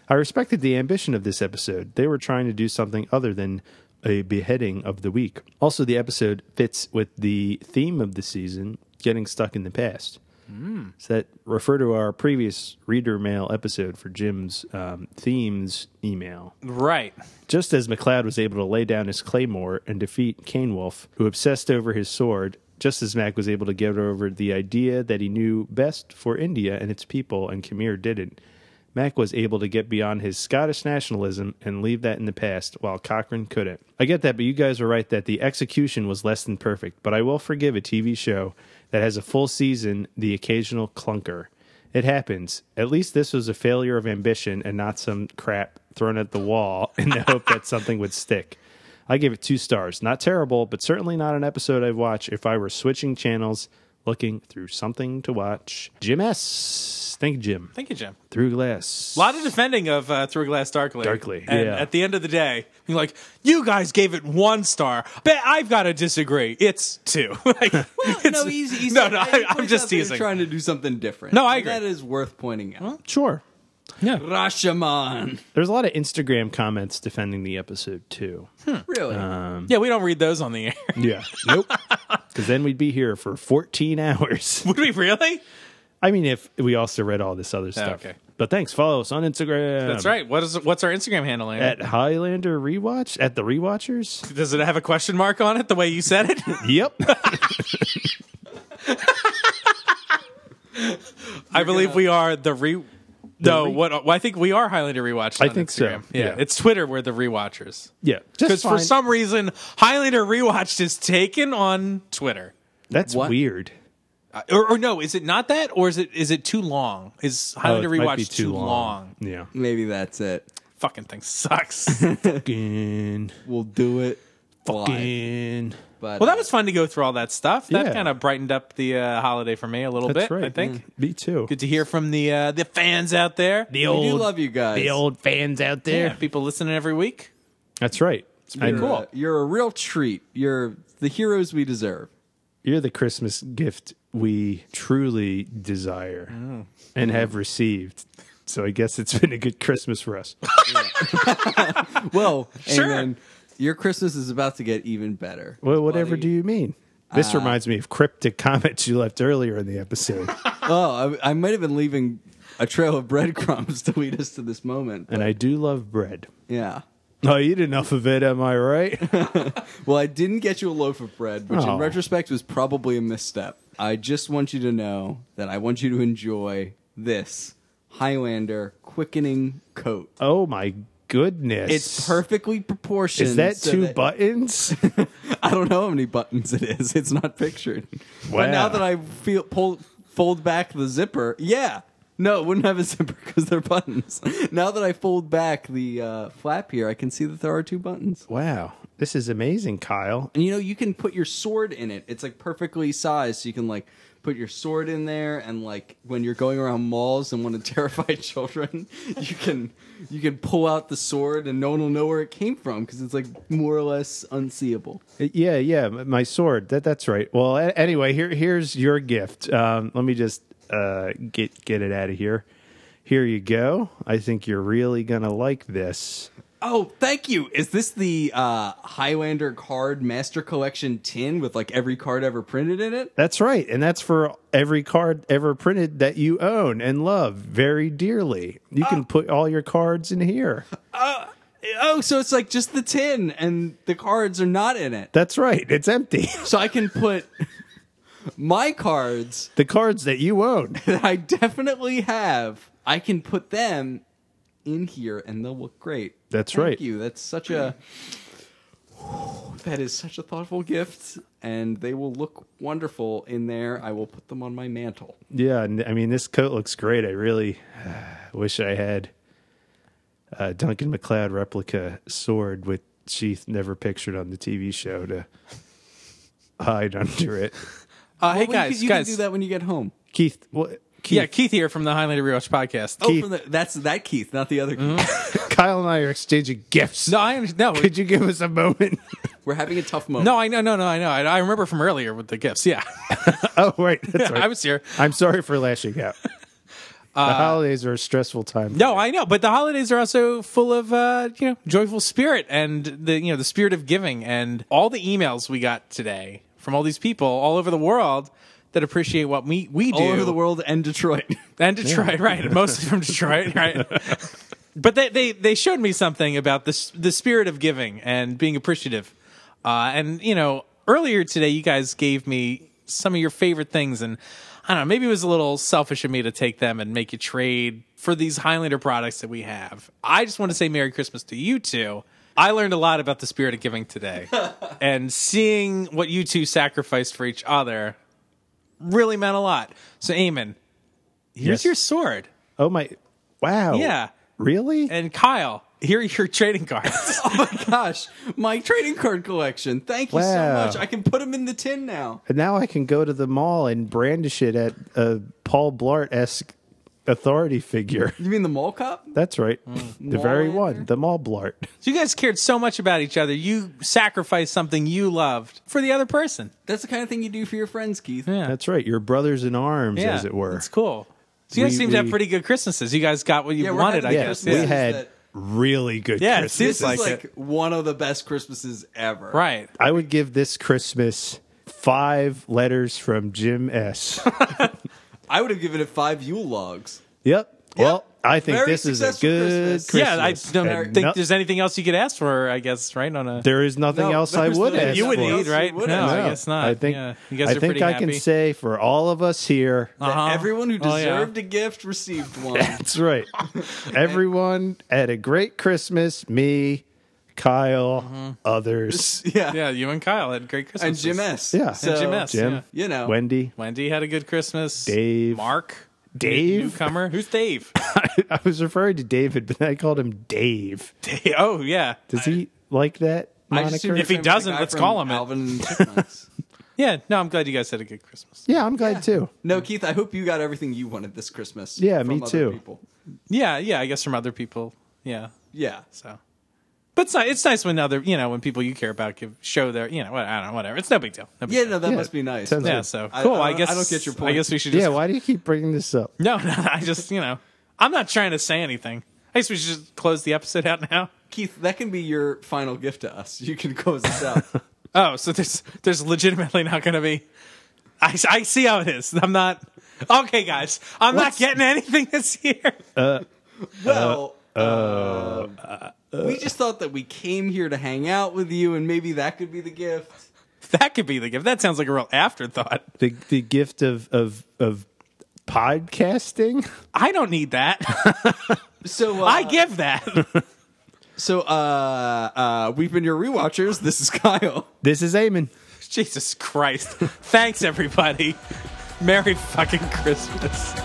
C: I respected the ambition of this episode. They were trying to do something other than a beheading of the week. Also, the episode fits with the theme of the season getting stuck in the past.
A: Hmm.
C: So that refer to our previous reader mail episode for Jim's um, themes email.
A: Right.
C: Just as McLeod was able to lay down his claymore and defeat Canewolf, who obsessed over his sword, just as Mac was able to get over the idea that he knew best for India and its people, and Khmer didn't, Mac was able to get beyond his Scottish nationalism and leave that in the past, while Cochrane couldn't. I get that, but you guys were right that the execution was less than perfect, but I will forgive a TV show that has a full season the occasional clunker. It happens. At least this was a failure of ambition and not some crap thrown at the wall [laughs] in the hope that something would stick. I give it two stars. Not terrible, but certainly not an episode I'd watch if I were switching channels looking through something to watch. Jim S. Thank you, Jim.
A: Thank you, Jim.
C: Through glass.
A: A lot of defending of uh, Through Glass Darkly.
C: Darkly,
A: And
C: yeah.
A: at the end of the day, you're like, you guys gave it one star. Bet I've got to disagree. It's two. [laughs] Like, it's-
B: no, he's,
A: [laughs]
B: he's
A: no, no.
B: he
A: I, I'm
B: points
A: just
B: out that you're
A: teasing.
B: Trying to do something different.
A: No, I
B: And
A: agree.
B: That is worth pointing out.
C: Sure.
B: Rashomon.
C: There's a lot of Instagram comments defending the episode too.
A: Hmm.
B: Really?
A: Yeah, we don't read those on the air. [laughs]
C: [laughs] Yeah. Nope. Because then we'd be here for 14 hours. [laughs]
A: Would we really?
C: I mean, if we also read all this other stuff.
A: Oh, okay.
C: But thanks. Follow us on Instagram.
A: That's right. What is what's our Instagram handle? Aaron?
C: Um, At Highlander Rewatch at the Rewatchers.
A: Does it have a question mark on it? The way you said
C: [laughs]
A: it,
C: yep.
A: I believe we are the re. No,
C: re-
A: what well, I think we are Highlander rewatch.
C: I
A: on
C: think so,
A: Instagram. Yeah.
C: yeah.
A: it's Twitter. We're the rewatchers
C: Yeah. Just
A: because for
C: find-
A: some reason Highlander rewatched is taken on Twitter.
C: that's
B: What?
C: weird.
A: Uh, Or, or no, is it not that, or is it is it too long? Is
C: Oh,
A: Highlander
C: it might be
A: rewatch too, long?
C: Yeah.
A: [laughs]
B: Maybe that's it.
A: Fucking thing sucks. [laughs] well,
C: Fucking.
B: We'll do it. live.
C: Fucking.
B: But
A: that
B: uh,
A: was fun to go through all that stuff. That
C: Yeah.
A: kind of brightened up the uh, holiday for me a little
C: That's
A: bit.
C: right.
A: I think
C: Yeah. Me too.
A: good to hear from the uh, the fans out there.
C: The
B: we do love you guys.
C: the old fans out there.
A: Yeah, people listening every week.
C: That's right. I-
B: You're, uh, you're a real treat. You're the heroes we deserve.
C: You're the Christmas gift we truly desire
A: Mm.
C: and have received. So I guess it's [laughs] been a good Christmas for
A: [laughs]
C: us.
B: Well,
A: Sure.
B: and then your Christmas is about to get even better.
C: Well, whatever
B: Bloody-
C: do you mean? This
A: Uh,
C: reminds me of cryptic [laughs] comments you left earlier in the episode,
B: Oh, I, I might have been leaving a trail of breadcrumbs [laughs] to lead us to this moment.
C: and I do love bread.
B: Yeah.
C: Oh, you eat enough of it, am I right?
B: [laughs] Well, I didn't get you a loaf of bread, which
C: Oh.
B: in retrospect was probably a misstep. I just want you to know that I want you to enjoy this Highlander quickening coat.
C: oh my goodness!
B: It's perfectly proportioned.
C: Is that
B: so
C: two buttons?
B: [laughs] I don't know how many buttons it is. It's not pictured. But now
C: Wow.
B: that I feel pull, fold back the zipper, yeah. No, it wouldn't have a zipper because they're buttons. [laughs] Now that I fold back the uh, flap here, I can see that there are two buttons.
C: wow, this is amazing, Kyle.
B: And you know, you can put your sword in it. It's like perfectly sized, so you can like put your sword in there and like when you're going around malls and want to [laughs] terrify children, you can you can pull out the sword and no one will know where it came from because it's like more or less unseeable.
C: Yeah, yeah, m- my sword. That that's right. Well, a- anyway, here here's your gift. Um, let me just uh, get get it out of here. Here you go. I think you're really gonna like this.
B: Oh, thank you. Is this the uh, Highlander card master collection tin with like every card ever printed in it?
C: That's right, and that's for every card ever printed that you own and love very dearly. You can put all your cards in here.
B: Oh, so it's like just the tin and the cards are not in it.
C: That's right. It's empty. [laughs]
B: So I can put [laughs] my cards
C: the cards that you own.
B: that I definitely have, I can put them in here and they'll look great.
C: That's
B: Thank
C: right.
B: you. That's such a [sighs] that is such a thoughtful gift and they will look wonderful in there. I will put them on my mantle.
C: Yeah, and I mean this coat looks great. I really [sighs] wish I had a Duncan McLeod replica sword with sheath never pictured on the TV show to hide under it.
A: Uh, hey
B: Well, you
A: guys,
B: can- you
A: guys.
B: can do that when you get home.
C: [laughs] Keith, what? Keith,
A: Yeah, Keith here from the Highlander Rewatch podcast.
B: Oh, from the, that's that Keith, not the other Keith.
A: Mm-hmm.
C: Kyle and I are exchanging gifts.
A: No, I no,
C: [laughs] Could you give us
A: [laughs]
C: a moment?
B: [laughs]
C: [laughs]
B: We're having a tough moment.
A: no, I know, no, no, I know. I, I remember from earlier with the gifts. Yeah,
C: oh, right. That's right.
A: I was here. Uh,
C: I'm sorry for
A: [laughs]
C: lashing out. the holidays are a stressful time.
A: No, I know, but the holidays are also full of uh, you know joyful spirit and the you know the spirit of giving and all the emails we got today from all these people all over the world that appreciate what we we do
B: all over the world and Detroit. [laughs]
A: and Detroit, right? Mostly from Detroit, right? but they, they they showed me something about this the spirit of giving and being appreciative, uh, and you know earlier today you guys gave me some of your favorite things, and I don't know maybe it was a little selfish of me to take them and make you trade for these Highlander products that we have. I just want to say Merry Christmas to you two. I learned a lot about the spirit of giving today, and seeing what you two sacrificed for each other really meant a lot. So, Eamon, here's
C: Yes.
A: your sword.
C: Oh my! Wow.
A: Yeah.
C: Really?
A: And Kyle, here are your [laughs] trading cards.
B: oh my gosh, my trading card collection. Thank you so
C: Wow.
B: much. I can put them in the tin now.
C: And now I can go to the mall and brandish it at a Paul Blart esque
A: [laughs]
C: authority figure.
B: You mean the mall cop?
C: That's right. The
A: Hmm.
B: Mall
C: very
B: Lander?
C: one, the mall Blart.
A: so you guys cared so much about each other. You sacrificed something you loved for the other person.
B: That's the kind of thing you do for your friends,
A: [laughs]
B: Keith.
A: Yeah.
C: That's right. Your brothers in arms,
A: yeah.
C: as it were.
A: It's cool. So you guys
C: We-
A: seem to have
C: we-
A: pretty good Christmases. You guys got what you
B: Yeah, we're
A: wanted, I
B: having
A: guess.
C: Yes,
B: Christmas
A: Yeah.
C: we
B: is
C: had
B: that-
C: really good
A: Yeah, it
C: Christmas.
A: seems
B: This
A: like
B: is
A: it.
B: like one of the best Christmases ever.
A: Right.
C: I
A: [laughs]
C: would give this Christmas five letters from Jim S.
B: I would have given it five Yule logs.
C: Yep. Well, I think
B: Very
C: this is a
B: successful
C: good
B: Christmas.
C: Christmas.
A: yeah, I don't
C: And
A: think
C: no-
A: there's anything else you could ask for. I guess right on a
C: there is nothing
B: No,
C: else I
B: there's
C: would
B: nothing
C: ask
A: you would
C: for.
A: eat,
B: you
A: right? No,
B: wouldn't.
A: I
C: No,
A: guess not.
C: I think
A: yeah. you guys
C: I
A: are
C: think
A: pretty
C: I
A: happy.
C: can say for all of us here.
B: That
A: Uh-huh.
B: Everyone who
A: Oh, yeah.
B: deserved a gift
A: [laughs]
B: received one.
C: That's right. Everyone had a great Christmas. Me, Kyle,
B: [laughs]
C: others.
B: yeah.
A: yeah, you and Kyle had great Christmas.
B: And Jim S.
C: Yeah. And
B: So,
A: Jim S.
C: Jim,
A: Yeah.
B: You know.
C: Wendy, [laughs]
A: Wendy had a good Christmas.
C: Dave.
A: Mark,
C: Dave.
A: newcomer. Who's
B: [laughs]
A: Dave?
C: I was referring to David, but I called him Dave.
A: Dave. Oh yeah,
C: Does he like that
B: I just
C: moniker?
B: assumed
A: If he
B: it was the
A: doesn't,
B: guy
A: let's
B: from
A: call him it.
B: Alvin and the
A: [laughs]
B: Chipmunks.
A: yeah. No, I'm glad you guys had a good Christmas.
C: yeah, I'm glad too.
B: no, Keith, I hope you got everything you wanted this Christmas.
C: Yeah,
B: from
C: me
B: other
C: too.
B: People.
A: Yeah, yeah. I guess from other people. Yeah.
B: Yeah.
A: So, but it's, ni- it's nice when other you know when people you care about give show their you know what I don't know whatever. It's no big deal. No big
B: Yeah,
A: deal.
B: no, that
C: Yeah.
B: must be nice.
C: Sounds
B: but-
A: yeah. So
B: I-
A: cool.
B: I
A: I,
B: don't-
A: guess
B: I don't get your point.
A: I guess we should. Just,
C: Yeah, why do you keep bringing this up?
A: [laughs] No, [laughs] no. I just you know I'm not trying to say anything. I guess we should just close the episode out now.
B: Keith, that can be your final gift to us. You can close
A: [laughs]
B: us out.
A: Oh, so there's there's legitimately not going to be. I, I see how it is. I'm not. Okay, guys, I'm not getting anything this year.
B: [laughs]
A: [laughs]
B: well, um,
C: oh.
B: we just thought that we came here to hang out with you, and maybe that could be the gift.
A: That could be the gift. That sounds like a real afterthought.
C: The the gift of of of podcasting.
A: I don't need that.
B: So uh,
A: I give that. [laughs]
B: So uh, uh, we've been your rewatchers. This is [laughs] Kyle.
C: This is Eamon.
A: Jesus Christ. Thanks, everybody. Merry fucking Christmas.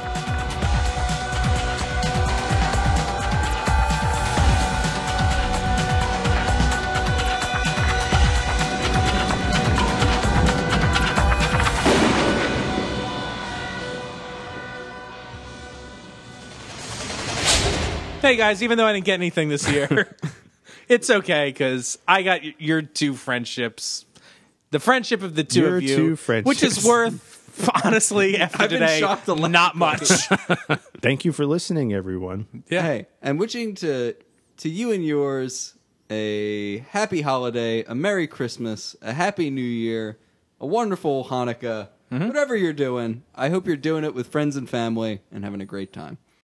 A: Hey guys, even though I didn't get anything this
C: [laughs]
A: year, it's okay because I got y- your two friendships. The friendship of the two
C: Your
A: of you,
C: two
A: which is
C: friendships.
A: worth honestly after
B: [laughs] I've been
A: today,
B: shocked a lot.
A: not much.
C: Thank you for listening, everyone.
A: Yeah.
B: Hey, and wishing to to you and yours a happy holiday, a merry Christmas, a happy New Year, a
A: Mm-hmm.
B: wonderful Hanukkah. Whatever you're doing, I hope you're doing it with friends and family and having a great time.